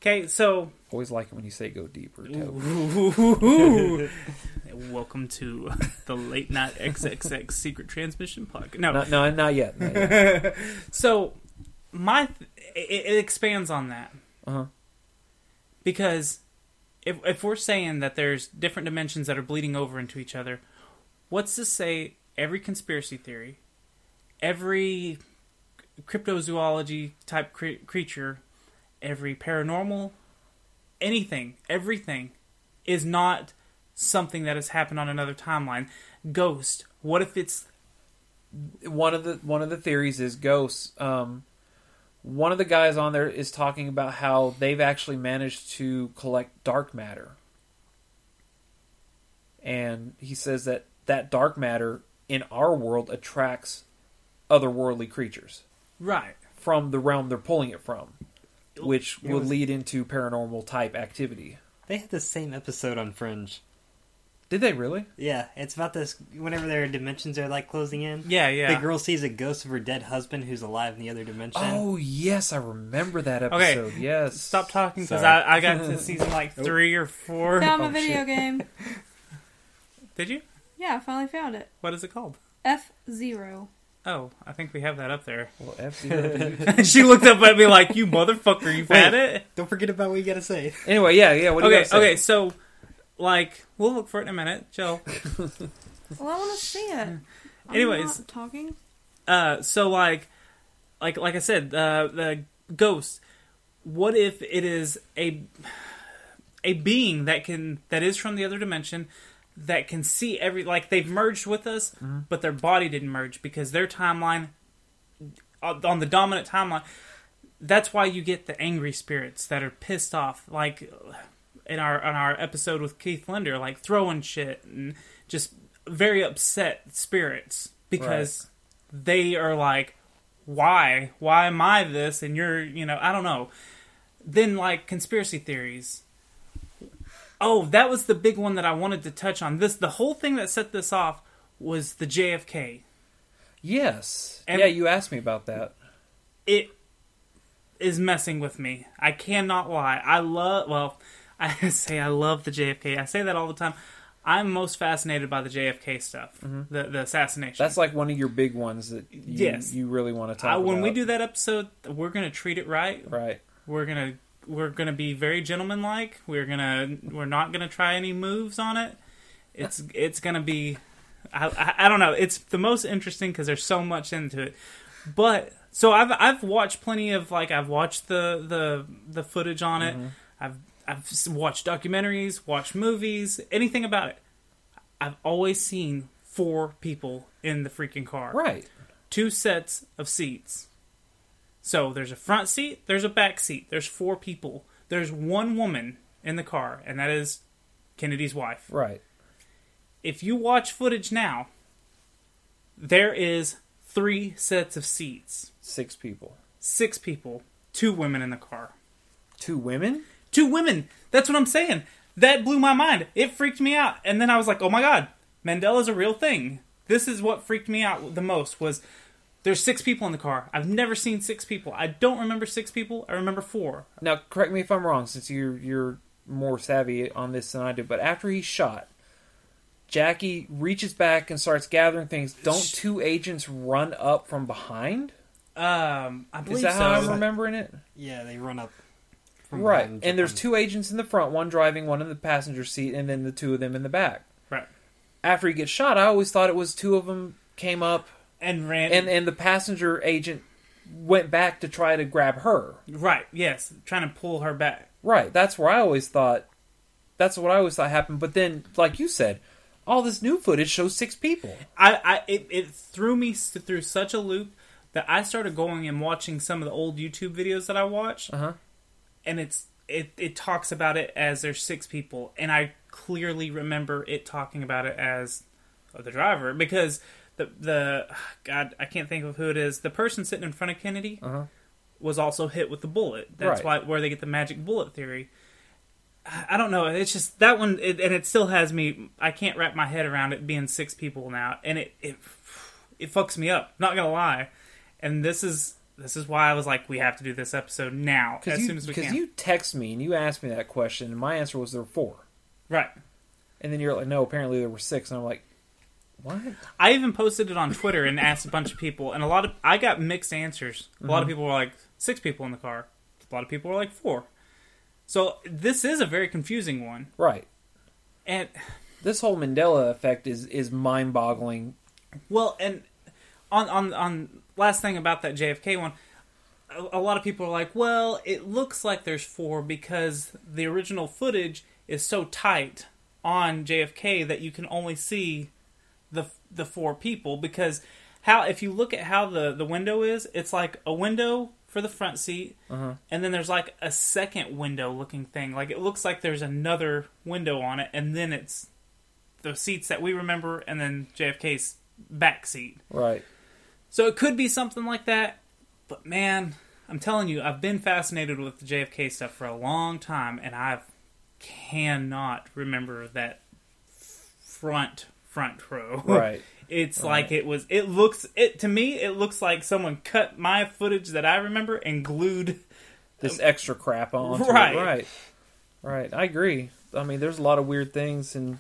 S1: Okay, so
S2: Always like it when you say go deeper.
S1: Ooh. welcome to the late night XXX secret transmission podcast. No,
S2: Not- no, not yet, not
S1: so my th- it, it expands on that
S2: Uh-huh.
S1: because if if we're saying that there's different dimensions that are bleeding over into each other, what's to say every conspiracy theory, every cryptozoology type cre- creature, every paranormal, anything, everything is not something that has happened on another timeline. Ghost. What if it's
S2: one of the one of the theories is ghosts. Um, one of the guys on there is talking about how they've actually managed to collect dark matter, and he says that that dark matter in our world attracts otherworldly creatures,
S1: Right.
S2: From the realm they're pulling it from, which
S5: It
S2: will
S5: was-
S2: lead into paranormal type activity.
S5: They had the same episode on Fringe.
S2: Did they really?
S5: Yeah, it's about this. Whenever their dimensions are like closing in,
S2: Yeah, yeah.
S5: The girl sees a ghost of her dead husband who's alive in the other dimension.
S2: Oh yes, I remember that
S1: Okay.
S2: episode. Yes.
S1: Stop talking because
S2: Sorry.
S1: I, I got to season like
S2: Oh.
S1: three or four.
S3: Found my video game.
S1: Did you?
S3: Yeah, I finally found it.
S1: What is it called?
S3: F Zero.
S1: Oh, I think we have that up there.
S2: Well, F-Zero.
S1: she looked up at me like, "You motherfucker, you've had it."
S5: Don't forget about what you gotta say.
S2: Anyway, yeah, yeah. What do you
S1: okay,
S2: gotta say?
S1: okay. So, like, we'll look for it in a minute, Jill.
S3: Well, I want to see it. I'm
S1: Anyways.
S3: not talking.
S1: uh, so like, like, like I said, uh, the ghost. What if it is a a being that can that is from the other dimension that can see every like they've merged with us,
S2: Mhm.
S1: but their body didn't merge because their timeline on on the dominant timeline. That's why you get the angry spirits that are pissed off, like in our on our episode with Keith Linder, like throwing shit and just very upset spirits because they are like, why, why am I this? And you're, you know, I don't know. Then like conspiracy theories. Oh, that was the big one that I wanted to touch on. This the whole thing that set this off was the JFK.
S2: Yes.
S1: And-
S2: yeah, you asked me about that.
S1: It is messing with me. I cannot lie. I love well, I say I love the JFK. I say that all the time. I'm most fascinated by the JFK stuff,
S2: Mhm.
S1: the the assassination.
S2: That's like one of your big ones that you,
S1: Yes.
S2: you really want to talk
S1: I,
S2: about.
S1: when we do that episode, we're gonna treat it right.
S2: Right.
S1: We're gonna we're gonna be very gentlemanlike. We're gonna we're not gonna try any moves on it. It's it's gonna be. I, I, I don't know. It's the most interesting because there's so much into it. But so I've I've watched plenty of like I've watched the the the footage on it.
S2: Mhm.
S1: I've I've s- watched documentaries, watched movies, anything about it. I've always seen four people in the freaking car.
S2: Right.
S1: Two sets of seats. So there's a front seat, there's a back seat, there's four people. There's one woman in the car, and that is Kennedy's wife.
S2: Right.
S1: If you watch footage now, there is three sets of seats.
S2: Six people.
S1: Six people. Two women in the car.
S2: Two women?
S1: Two women. That's what I'm saying. That blew my mind. It freaked me out. And then I was like, oh my god, Mandela's a real thing. This is what freaked me out the most was there's six people in the car. I've never seen six people. I don't remember six people. I remember four.
S2: Now, correct me if I'm wrong, since you're you're more savvy on this than I do. But after he's shot, Jackie reaches back and starts gathering things. Don't two agents run up from behind?
S1: Um, I
S2: Is
S1: believe
S2: that
S1: so.
S2: how I'm remembering it?
S5: Yeah, they run up.
S2: Right.
S5: behind.
S2: And there's two agents in the front, one driving, one in the passenger seat, and then the two of them in the back.
S1: Right.
S2: After he gets shot, I always thought it was two of them came up
S1: and ran,
S2: and and the passenger agent went back to try to grab her.
S1: Right. Yes. Trying to pull her back.
S2: Right. That's where I always thought. That's what I always thought happened. But then, like you said, all this new footage shows six people.
S1: I, I it, it threw me s- through such a loop that I started going and watching some of the old YouTube videos that I watched,
S2: Uh-huh.
S1: and it's it it talks about it as there's six people, and I clearly remember it talking about it as the driver because the the God I can't think of who it is. The person sitting in front of Kennedy
S2: Uh-huh.
S1: was also hit with the bullet. That's
S2: Right.
S1: why where they get the magic bullet theory. I I don't know. It's just that one, it, and it still has me. I can't wrap my head around it being six people now, and it it it fucks me up. Not gonna lie. And this is This is why I was like, we have to do this episode now, as
S2: you,
S1: soon as we
S2: 'cause
S1: can.
S2: you text me and you asked me that question, and my answer was there were four.
S1: Right.
S2: And then you're like, no, apparently there were six, and I'm like, what?
S1: I even posted it on Twitter and asked a bunch of people, and a lot of I got mixed answers. A lot of
S2: Mhm.
S1: people were like six people in the car. A lot of people were like four. So this is a very confusing one.
S2: Right.
S1: And
S2: this whole Mandela effect is is mind boggling.
S1: Well, and on on on last thing about that JFK one, a, a lot of people are like, "Well, it looks like there's four because the original footage is so tight on JFK that you can only see the the four people because how if you look at how the the window is, it's like a window for the front seat
S2: Uh-huh.
S1: and then there's like a second window looking thing. Like it looks like there's another window on it, and then it's the seats that we remember, and then JFK's back seat.
S2: Right.
S1: So it could be something like that. But man, I'm telling you, I've been fascinated with the JFK stuff for a long time, and I cannot remember that front front row.
S2: Right.
S1: It's
S2: Right.
S1: like it was. It looks it to me. It looks like someone cut my footage that I remember and glued
S2: This extra crap on
S1: Right.
S2: right, right. I agree. I mean, there's a lot of weird things, and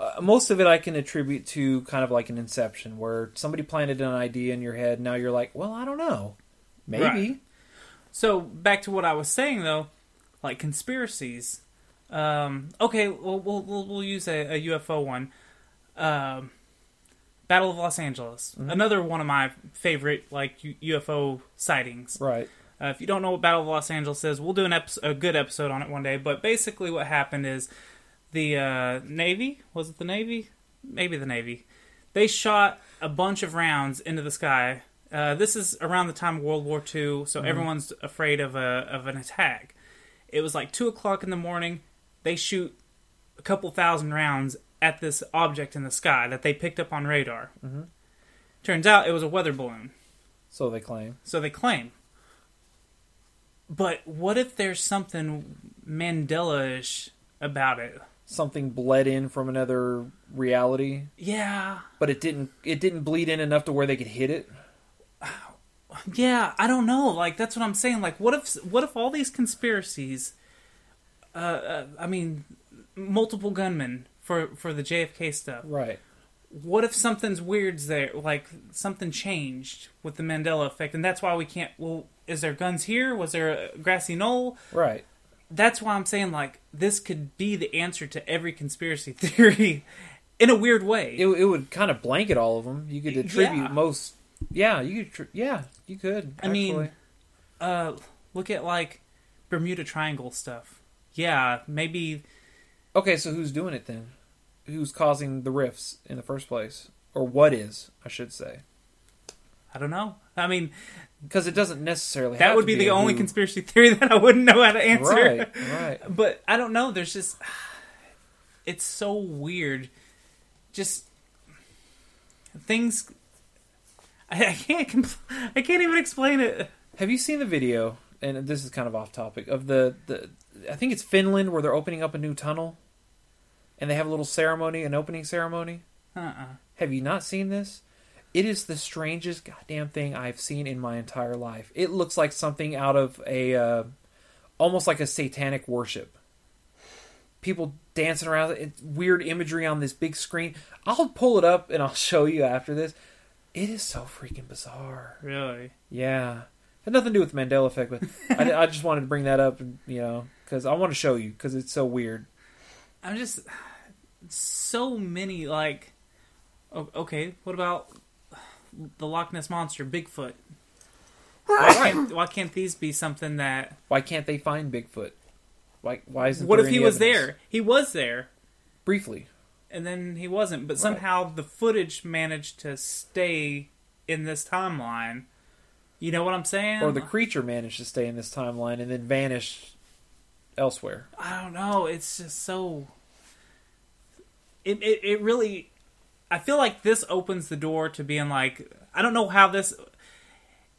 S2: uh, most of it I can attribute to kind of like an inception, where somebody planted an idea in your head. Now you're like, well, I don't know, maybe.
S1: Right. So back to what I was saying though, like conspiracies. Um, okay, well, we'll we'll we'll use a, a UFO one. Um, Battle of Los Angeles,
S2: Mm-hmm.
S1: another one of my favorite like U- UFO sightings.
S2: Right.
S1: Uh, if you don't know what Battle of Los Angeles is, we'll do an episode, a good episode on it one day. But basically, what happened is the uh, Navy was it the Navy? Maybe the Navy. They shot a bunch of rounds into the sky. Uh, this is around the time of World War II, so
S2: Mhm.
S1: everyone's afraid of a of an attack. It was like two o'clock in the morning. They shoot a couple thousand rounds at this object in the sky that they picked up on radar.
S2: Mhm.
S1: Turns out it was a weather balloon.
S2: So they claim.
S1: So they claim. But what if there's something Mandela-ish about it?
S2: Something bled in from another reality,
S1: Yeah,
S2: but it didn't. It didn't bleed in enough to where they could hit it.
S1: yeah. I don't know. Like that's what I'm saying. Like what if what if all these conspiracies? Uh, uh, I mean, multiple gunmen for for the JFK stuff.
S2: Right.
S1: What if something's weird's there? Like something changed with the Mandela effect, and that's why we can't. Well, is there guns here? Was there a grassy knoll?
S2: Right.
S1: that's why I'm saying like this could be the answer to every conspiracy theory in a weird way.
S2: It, it would kind of blanket all of them. You could attribute
S1: Yeah.
S2: most. Yeah, you could. Tr- yeah, you could.
S1: I mean,
S2: actually.
S1: uh, look at like Bermuda Triangle stuff. Yeah, maybe.
S2: Okay, so who's doing it then? Who's causing the rifts in the first place, or what is? I should say.
S1: I don't know. I mean,
S2: because it doesn't necessarily.
S1: That
S2: have
S1: would
S2: to
S1: be
S2: be,
S1: the only
S2: who-
S1: conspiracy theory that I wouldn't know how to answer.
S2: Right, right.
S1: But I don't know. There's just it's so weird. Just things. I, I can't. Compl- I can't even explain it.
S2: Have you seen the video? And this is kind of off topic of the the. I think it's Finland where they're opening up a new tunnel, and they have a little ceremony, an opening ceremony.
S1: Uh-uh.
S2: Have you not seen this? It is the strangest goddamn thing I've seen in my entire life. It looks like something out of a, uh, almost like a satanic worship. People dancing around, it's weird imagery on this big screen. I'll pull it up and I'll show you after this. It is so freaking bizarre.
S1: Really?
S2: Yeah, had nothing to do with the Mandela effect, but I, I just wanted to bring that up, and you know, because I want to show you because it's so weird.
S1: I'm just so many like o- okay, what about the Loch Ness monster, Bigfoot? Why can't, why can't these be something that
S2: Why can't they find Bigfoot? Why? Why isn't?
S1: What
S2: there
S1: if he
S2: any
S1: was
S2: evidence?
S1: there? He was there
S2: briefly,
S1: and then he wasn't, but somehow the footage managed to stay in this timeline. You know what I'm saying?
S2: or the creature managed to stay in this timeline and then vanish elsewhere?
S1: I don't know. It's just so. It, it it really, I feel like this opens the door to being like I don't know how this.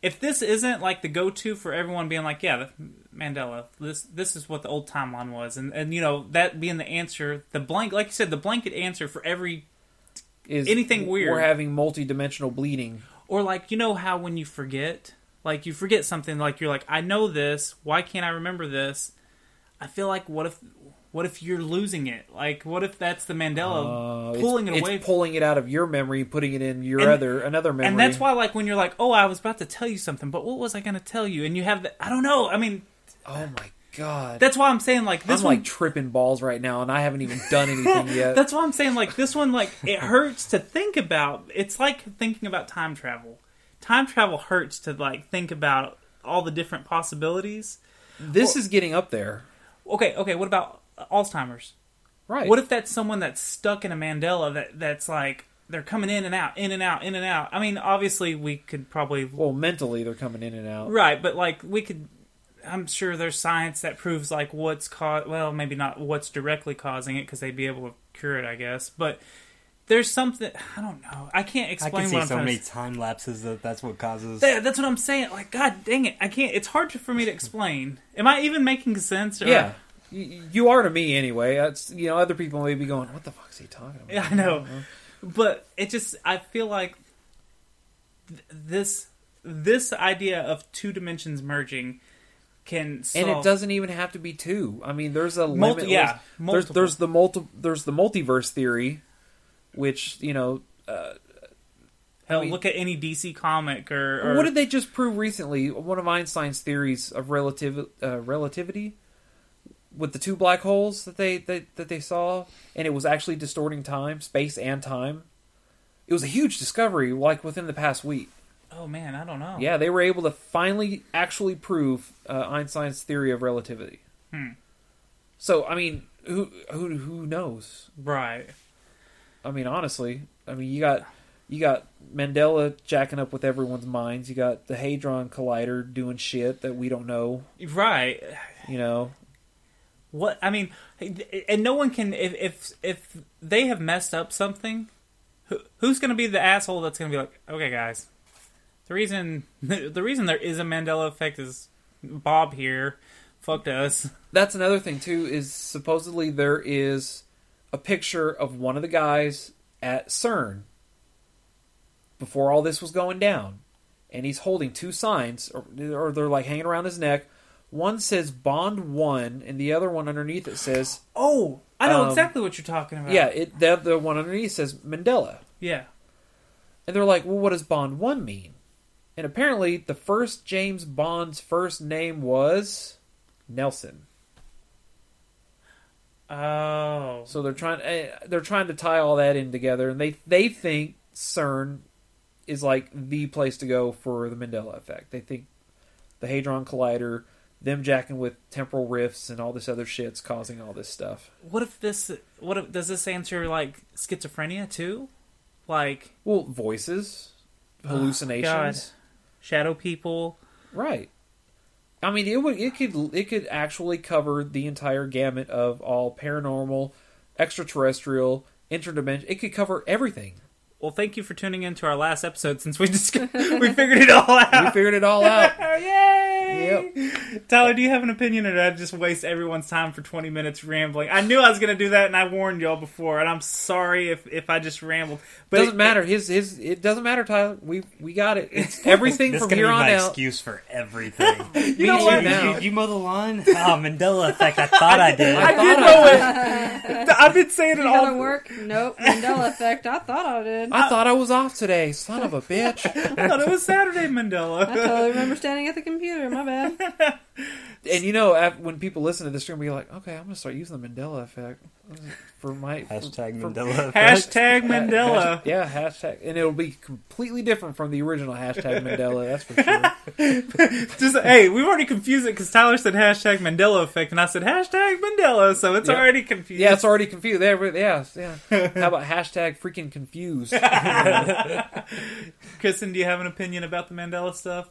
S1: If this isn't like the go-to for everyone being like, yeah, the, Mandela, this this is what the old timeline was, and and you know that being the answer, the blank, like you said, the blanket answer for every
S2: Is
S1: anything weird
S2: We're having multi-dimensional bleeding.
S1: or like you know how when you forget Like you forget something, like you're like, I know this. Why can't I remember this? I feel like what if, what if you're losing it? Like what if that's the Mandela
S2: Uh, it's-
S1: Oh, pulling it
S2: it's
S1: away?
S2: pulling it out of your memory, putting it in your
S1: And-
S2: other another memory.
S1: And that's why, like, when you're like, "Oh, I was about to tell you something, but what was I going to tell you?" and you have that, I don't know. I mean,
S2: oh my god,
S1: that's why I'm saying like this
S2: I'm
S1: one.
S2: like tripping balls right now, and I haven't even done anything yet.
S1: that's why I'm saying like this one, like it hurts to think about. It's like thinking about time travel. Time travel hurts to like think about all the different possibilities.
S2: This is getting up there.
S1: Okay, okay. What about Alzheimer's?
S2: Right.
S1: What if that's someone that's stuck in a Mandela that that's like they're coming in and out, in and out, in and out. I mean, obviously we could probably
S2: well mentally they're coming in and out.
S1: Right, but like we could, I'm sure there's science that proves like what's cause. Well, maybe not what's directly causing it because they'd be able to cure it, I guess. But there's something I don't know. I can't
S5: I
S1: explain.
S5: can
S1: what
S5: see
S1: I'm
S5: so
S1: trying to
S5: many
S1: s-
S5: time lapses that that's what causes.
S1: That- that's what I'm saying. Like, god dang it, I can't. It's hard to, for me to explain. Am I even making sense? Or,
S2: Yeah. You, you are to me anyway. That's, you know, other people may be going, "What the fuck is he talking about?"
S1: Yeah, I know.
S2: Uh-huh.
S1: But it just I feel like th- this this idea of two dimensions merging can solve
S2: and it doesn't even have to be two. I mean, there's a
S1: Multi-
S2: limitless-
S1: yeah,
S2: there's
S1: multiple.
S2: there's the multi there's the multiverse theory, which you know. Uh,
S1: Hell,
S2: I mean,
S1: look at any DC comic or, or
S2: what did they just prove recently? One of Einstein's theories of relativ- uh, relativity with the two black holes that they, they that they saw, and it was actually distorting time, space, and time. It was a huge discovery, like within the past week.
S1: Oh man, I don't know.
S2: Yeah, they were able to finally actually prove uh, Einstein's theory of relativity.
S1: Hmm.
S2: So I mean, who who who knows?
S1: Right.
S2: I mean, honestly, I mean you got you got Mandela jacking up with everyone's minds. You got the Hadron Collider doing shit that we don't know.
S1: Right.
S2: You know.
S1: What I mean, and no one can if if if they have messed up something, who, who's going to be the asshole that's going to be like, okay, guys, the reason the reason there is a Mandela effect is Bob here fucked us.
S2: That's another thing too. Is supposedly there is a picture of one of the guys at CERN before all this was going down, and he's holding two signs, or, or they're like hanging around his neck. One says Bond One, and the other one underneath it says
S1: Oh, I know
S2: Um,
S1: exactly what you're talking about.
S2: Yeah, it, the the one underneath says Mandela,
S1: yeah.
S2: and they're like, "Well, what does Bond One mean?" And apparently, the first James Bond's first name was Nelson.
S1: Oh,
S2: so they're trying eh, they're trying to tie all that in together, and they they think CERN is like the place to go for the Mandela effect. They think the Hadron Collider, them jacking with temporal rifts and all this other shit's causing all this stuff.
S1: What if this? What if does this answer like schizophrenia too? Like Ah,
S2: well, voices, hallucinations.
S1: shadow people.
S2: Right. I mean, it would it could it could actually cover the entire gamut of all paranormal, extraterrestrial, interdimension. It could cover everything.
S1: Well, thank you for tuning in to our last episode since we just we figured it all out. We
S2: figured it all out.
S1: Oh, Yay! Tyler, do you have an opinion, or did I just waste everyone's time for twenty minutes rambling? I knew I was going to do that, and I warned y'all before. And I'm sorry if if I just rambled. But
S2: doesn't matter. His his it doesn't matter, Tyler. We we got it. It's everything
S5: This
S2: from
S5: gonna
S2: here
S5: be
S2: on
S5: my
S2: out.
S5: excuse for everything.
S2: You know what? now.
S5: You, you mow the lawn? Oh, Mandela effect. I thought I did.
S1: I did know it. I've been saying it
S3: You
S1: all.
S3: gonna work? Nope. Mandela effect. I thought I did.
S2: I thought I was off today, son of a bitch. I
S1: thought it was Saturday, Mandela.
S3: I totally remember standing at the computer. My bad.
S2: And you know, af- when people listen to this, they're gonna be like, "Okay, I'm gonna start using the Mandela effect for my
S5: Hashtag
S2: for-
S5: Mandela
S2: for-
S5: effect.
S1: Hashtag
S2: Ha-
S1: Mandela.
S2: hash- yeah, hashtag, and it'll be completely different from the original hashtag Mandela. That's for sure.
S1: Just hey, we've already confused it because Tyler said hashtag Mandela effect, and I said hashtag Mandela, so it's
S2: Yeah.
S1: already confused.
S2: Yeah, it's already confused. They were- Yeah, yeah. How about hashtag freaking confused?
S1: Kristen, do you have an opinion about the Mandela stuff?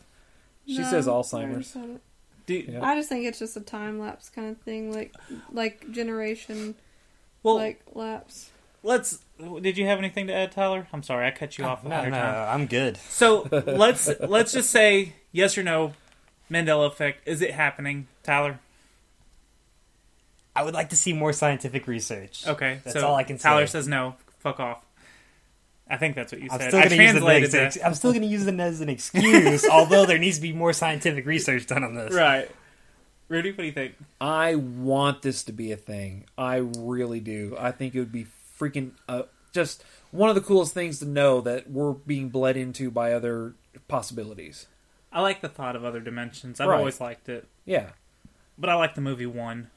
S2: She
S3: No,
S2: says
S3: I already
S2: Alzheimer's.
S3: said it.
S1: Do
S3: I just think it's just a time lapse kind of thing, like like generation,
S1: Well-
S3: like lapse.
S1: let's. Did you have anything to add, Tyler? I'm sorry, I cut you off.
S5: Uh, no,
S1: entire
S5: no,
S1: time.
S5: I'm good.
S1: So let's let's just say yes or no. Mandela effect is it happening, Tyler?
S5: I would like to see more scientific research.
S1: Okay,
S5: that's
S1: so
S5: all I can say.
S1: Tyler says no. Fuck off. I think that's what you
S5: I'm
S1: said.
S5: still
S1: I
S5: going to use it
S1: translated
S5: as an,
S1: that.
S5: ex- I'm still going to use it as an excuse, although there needs to be more scientific research done on this.
S1: Right. Rudy, what do you think?
S2: I want this to be a thing. I really do. I think it would be freaking uh, just one of the coolest things to know that we're being bled into by other possibilities.
S1: I like the thought of other dimensions. I've
S2: Right.
S1: always liked it.
S2: Yeah.
S1: But I like the movie One.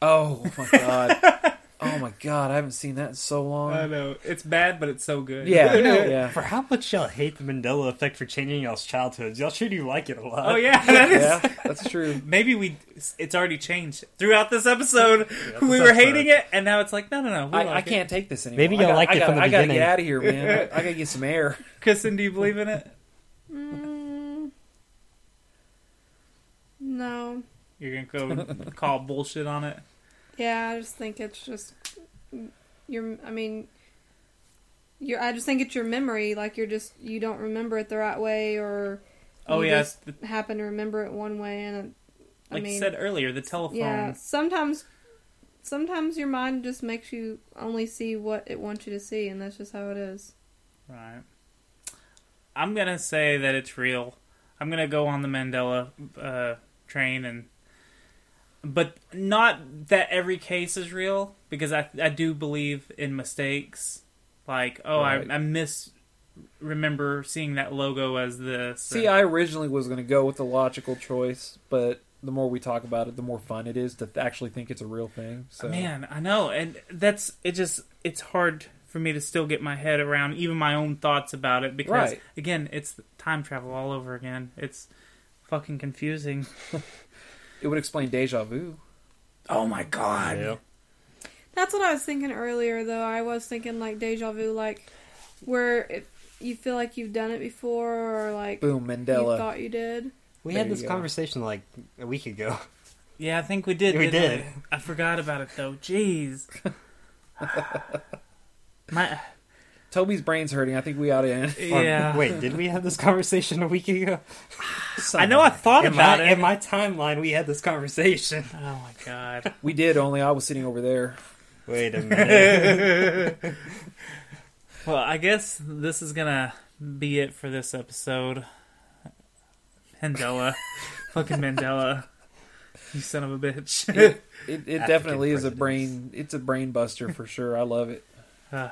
S2: Oh my god. oh my god, I haven't seen that in so long.
S1: I know. It's bad, but it's so good.
S5: You know, For how much y'all hate the Mandela effect for changing y'all's childhoods, y'all sure do like it a lot.
S1: Oh yeah, that is.
S2: that's true.
S1: Maybe we it's already changed throughout this episode.
S5: Throughout
S1: we
S5: this
S1: were
S5: episode.
S1: hating it, and now it's like no, no, no. we
S2: I,
S1: like
S2: I
S1: it.
S2: can't take this anymore.
S5: Maybe y'all
S2: I got-
S5: liked
S2: I
S5: it
S2: got-
S5: from the
S2: I gotta
S5: beginning.
S2: get out of here, man. I, I gotta get some air.
S1: Kristen, do you believe in it?
S3: Mm, no.
S1: You're gonna go call bullshit on it.
S3: Yeah, I just think it's just your. I mean, your. I just think it's your memory. Like you're just you don't remember it the right way, or
S1: Oh,
S3: you
S1: yeah,
S3: just happen to remember it one way. And I
S1: Like
S3: mean,
S1: you said earlier, the telephone.
S3: yeah, sometimes sometimes your mind just makes you only see what it wants you to see, and that's just how it is.
S1: Right. I'm gonna say that it's real. I'm gonna go on the Mandela uh, train and, but not that every case is real because I I do believe in mistakes. Like oh
S2: Right.
S1: I I miss remember seeing that logo as this.
S2: See, I originally was going to go with the logical choice, but the more we talk about it, the more fun it is to th- actually think it's a real thing. So
S1: Man, I know, and that's it. Just it's hard for me to still get my head around even my own thoughts about it because
S2: Right.
S1: again, it's time travel all over again. It's fucking confusing.
S2: it would explain deja vu.
S1: Oh my god!
S3: That's what I was thinking earlier, though. I was thinking like deja vu, like where if you feel like you've done it before, or like
S5: Boom, Mandela.
S3: you thought you did.
S5: We
S1: There
S5: had this
S1: you go.
S5: conversation like a week ago.
S1: Yeah, I think we did.
S5: We
S1: didn't
S5: did.
S1: I, I forgot about it though. Jeez. My
S2: Toby's brain's hurting. I think we ought to end.
S1: Yeah.
S5: Wait, did we have this conversation a week ago?
S1: I know I thought
S5: in
S1: about
S5: my,
S1: it.
S5: In my timeline, we had this conversation.
S1: Oh my god.
S2: We did. Only I was sitting over there.
S5: Wait a
S1: well, I guess this is gonna be it for this episode. Mandela, fucking Mandela, you son of a bitch.
S2: it it, it definitely is a brain. It's a brain buster for sure. I love it.
S1: Uh,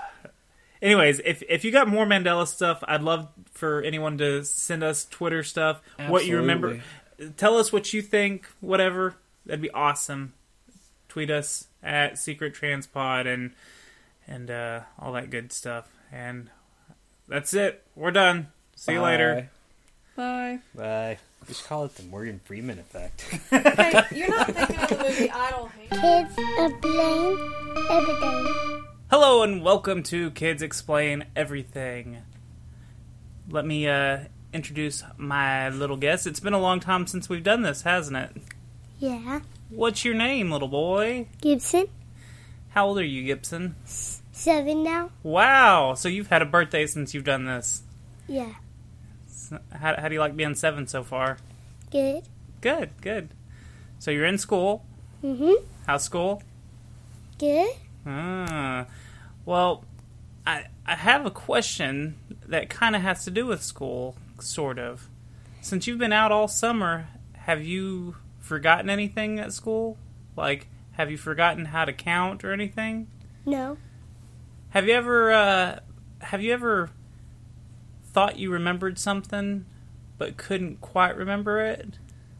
S1: Anyways, if if you got more Mandela stuff, I'd love for anyone to send us Twitter stuff. What you remember, tell us what you think. Whatever, that'd be awesome. Tweet us at Secret Transpod and and uh, all that good stuff. And that's it. We're done. See you later.
S3: Bye.
S5: Bye. We should call it the Morgan Freeman effect.
S3: Hey, you're not thinking of the movie Idle Hands. Kids are playing everything.
S1: Hello and welcome to Kids Explain Everything. Let me uh, introduce my little guest. It's been a long time since we've done this, hasn't it?
S21: Yeah.
S1: What's your name, little boy?
S21: Gibson,
S1: How old are you, Gibson?
S21: seven now.
S1: Wow, so you've had a birthday since you've done this.
S21: Yeah.
S1: S- How, how do you like being seven so far?
S21: Good.
S1: Good, good. So you're in school.
S21: Mhm.
S1: How's school?
S21: Good.
S1: Ah, well, I I have a question that kind of has to do with school, sort of. Since you've been out all summer, have you forgotten anything at school? Like, have you forgotten how to count or anything?
S21: No.
S1: Have you ever uh, have you ever thought you remembered something but couldn't quite remember it?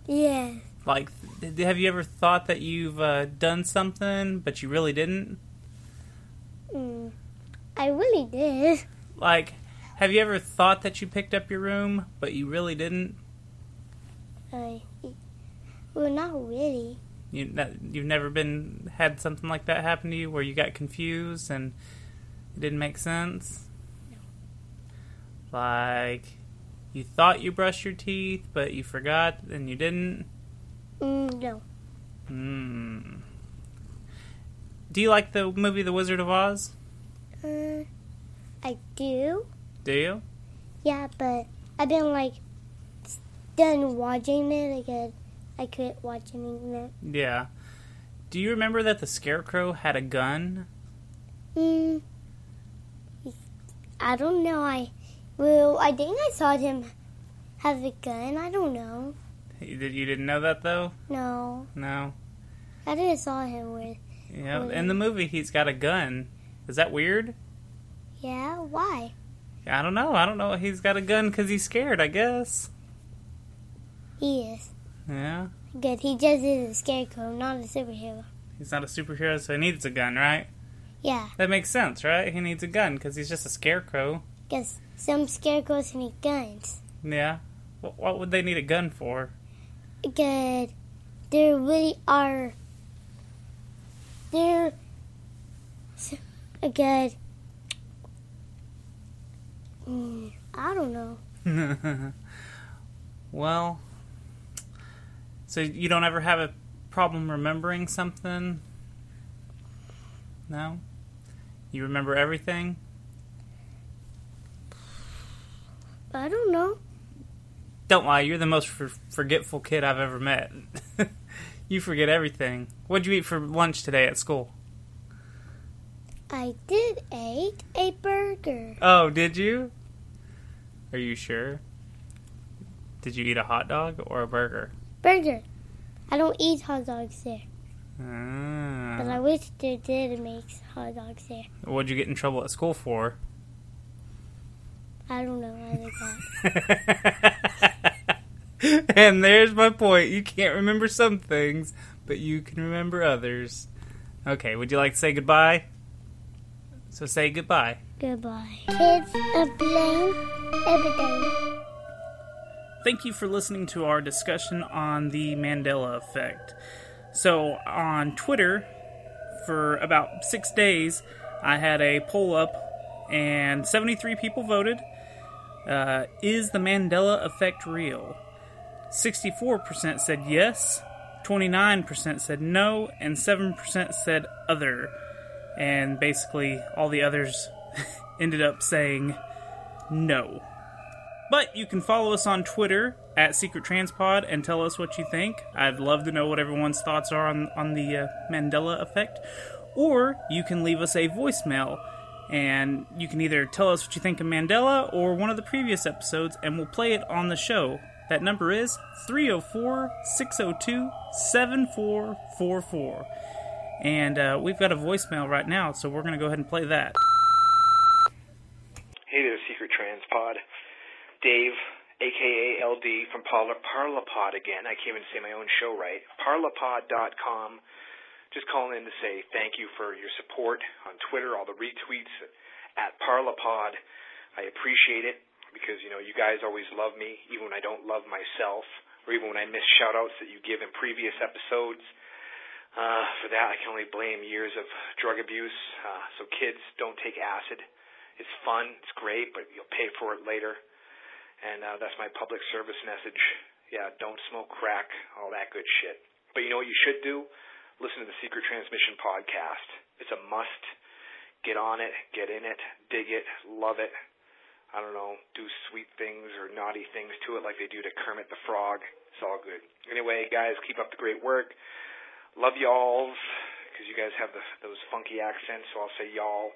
S21: Yeah.
S1: Like, th- have you ever thought that you've uh, done something but you really didn't?
S21: Mm. I really did.
S1: Like, have you ever thought that you picked up your room but you really didn't?
S21: I. Well, not really.
S1: You that, you've never been had something like that happen to you where you got confused and it didn't make sense. Like, you thought you brushed your teeth but you forgot and you didn't.
S21: Mm, no.
S1: Hmm. Do you like the movie The Wizard of Oz?
S21: Uh, I do.
S1: Do you?
S21: Yeah, but I've been like s- done watching it. I could. I quit watching it.
S1: Yeah. Do you remember that the Scarecrow had a gun?
S21: Mm. I Hmm. I don't know. I well, I think I saw him have a gun. I don't know.
S1: You, did, you didn't know that though?
S21: No,
S1: No.
S21: I didn't saw him with.
S1: Yeah.
S21: Well,
S1: In the movie, he's got a gun. Is that weird?
S21: Yeah, why?
S1: I don't know. I don't know. He's got a gun because he's scared. I guess.
S21: He is
S1: Yeah.
S21: good. He just is a scarecrow, not a superhero.
S1: He's not a superhero, so he needs a gun, right?
S21: Yeah,
S1: That makes sense, right? He needs a gun because he's just a scarecrow.
S21: because some scarecrows need guns.
S1: Yeah. What, what would they need a gun for?
S21: Good. There really are. There. s- Good. Mm, I don't know.
S1: well, so you don't ever have a problem remembering something? No? You remember everything?
S21: I don't know.
S1: Don't lie, you're the most for- forgetful kid I've ever met. you forget everything. What'd you eat for lunch today at school?
S21: I did eat a burger.
S1: Oh, did you? Are you sure? Did you eat a hot dog or a burger?
S21: Burger. I don't eat hot dogs there,
S1: Ah.
S21: but I wish they did make hot dogs there.
S1: What'd you get in trouble at school for?
S21: I don't know why they got.
S1: and there's my point. You can't remember some things, but you can remember others. Okay, would you like to say goodbye? So say goodbye.
S21: Goodbye. Kids are playing everything.
S1: Thank you for listening to our discussion on the Mandela effect. So, on Twitter, for about six days, I had a poll up, and 73 people voted. Uh, is the Mandela effect real? 64% said yes, 29% said no, and 7% said other. And basically, all the others ended up saying no. But you can follow us on Twitter at Secret Transpod and tell us what you think. I'd love to know what everyone's thoughts are on, on the uh, Mandela effect. Or you can leave us a voicemail and you can either tell us what you think of Mandela or one of the previous episodes and we'll play it on the show. That number is 304 602 7444. And uh, we've got a voicemail right now, so we're going to go ahead and play that.
S6: Hey there, Secret Transpod. Dave, aka LD from Parla- Parlapod again. I can't even say my own show right. Parlapod.com. Just calling in to say thank you for your support on Twitter, all the retweets at Parlapod. I appreciate it because, you know, you guys always love me, even when I don't love myself, or even when I miss shout outs that you give in previous episodes. Uh, for that, I can only blame years of drug abuse. Uh, so, kids, don't take acid. It's fun, it's great, but you'll pay for it later. And uh, that's my public service message. Yeah, don't smoke crack, all that good shit. But you know what you should do? Listen to the Secret Transmission podcast. It's a must. Get on it, get in it, dig it, love it. I don't know, do sweet things or naughty things to it like they do to Kermit the Frog. It's all good. Anyway, guys, keep up the great work. Love y'all, because you guys have the, those funky accents, so I'll say y'all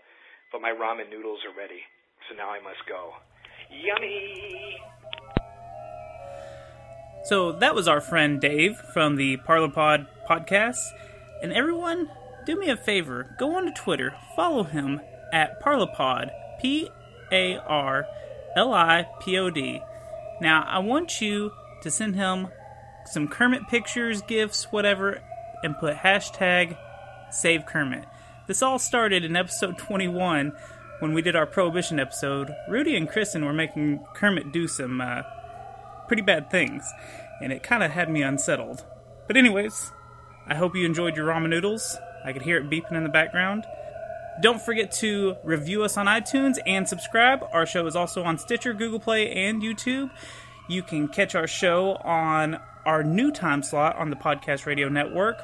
S6: but my ramen noodles are ready, so now I must go. Yummy!
S1: So that was our friend Dave from the Parlopod podcast. And everyone, do me a favor go on to Twitter, follow him at Parlopod, P A R L I P O D. Now, I want you to send him some Kermit pictures, gifts, whatever, and put hashtag save Kermit. This all started in episode 21 when we did our Prohibition episode. Rudy and Kristen were making Kermit do some uh, pretty bad things, and it kind of had me unsettled. But, anyways, I hope you enjoyed your ramen noodles. I could hear it beeping in the background. Don't forget to review us on iTunes and subscribe. Our show is also on Stitcher, Google Play, and YouTube. You can catch our show on our new time slot on the Podcast Radio Network.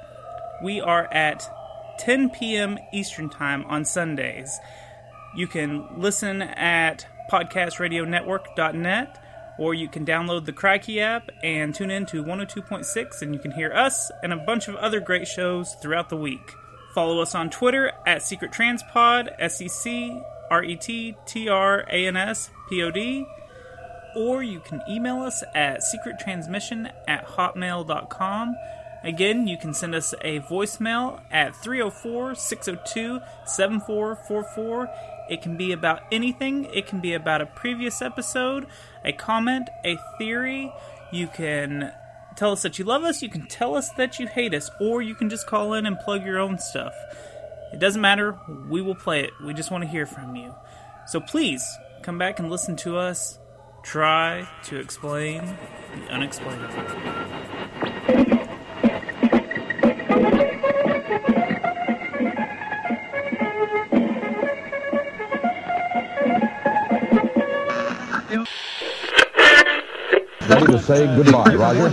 S1: We are at 10 p.m. Eastern Time on Sundays. You can listen at podcastradionetwork.net or you can download the Crikey app and tune in to 102.6 and you can hear us and a bunch of other great shows throughout the week. Follow us on Twitter at Secret Transpod, SEC, E R E T T R A N S P O D. Or you can email us at secrettransmission at hotmail.com. Again, you can send us a voicemail at 304 602 7444. It can be about anything, it can be about a previous episode, a comment, a theory. You can tell us that you love us, you can tell us that you hate us, or you can just call in and plug your own stuff. It doesn't matter, we will play it. We just want to hear from you. So please come back and listen to us try to explain the unexplainable.
S9: Time to say goodbye, Roger.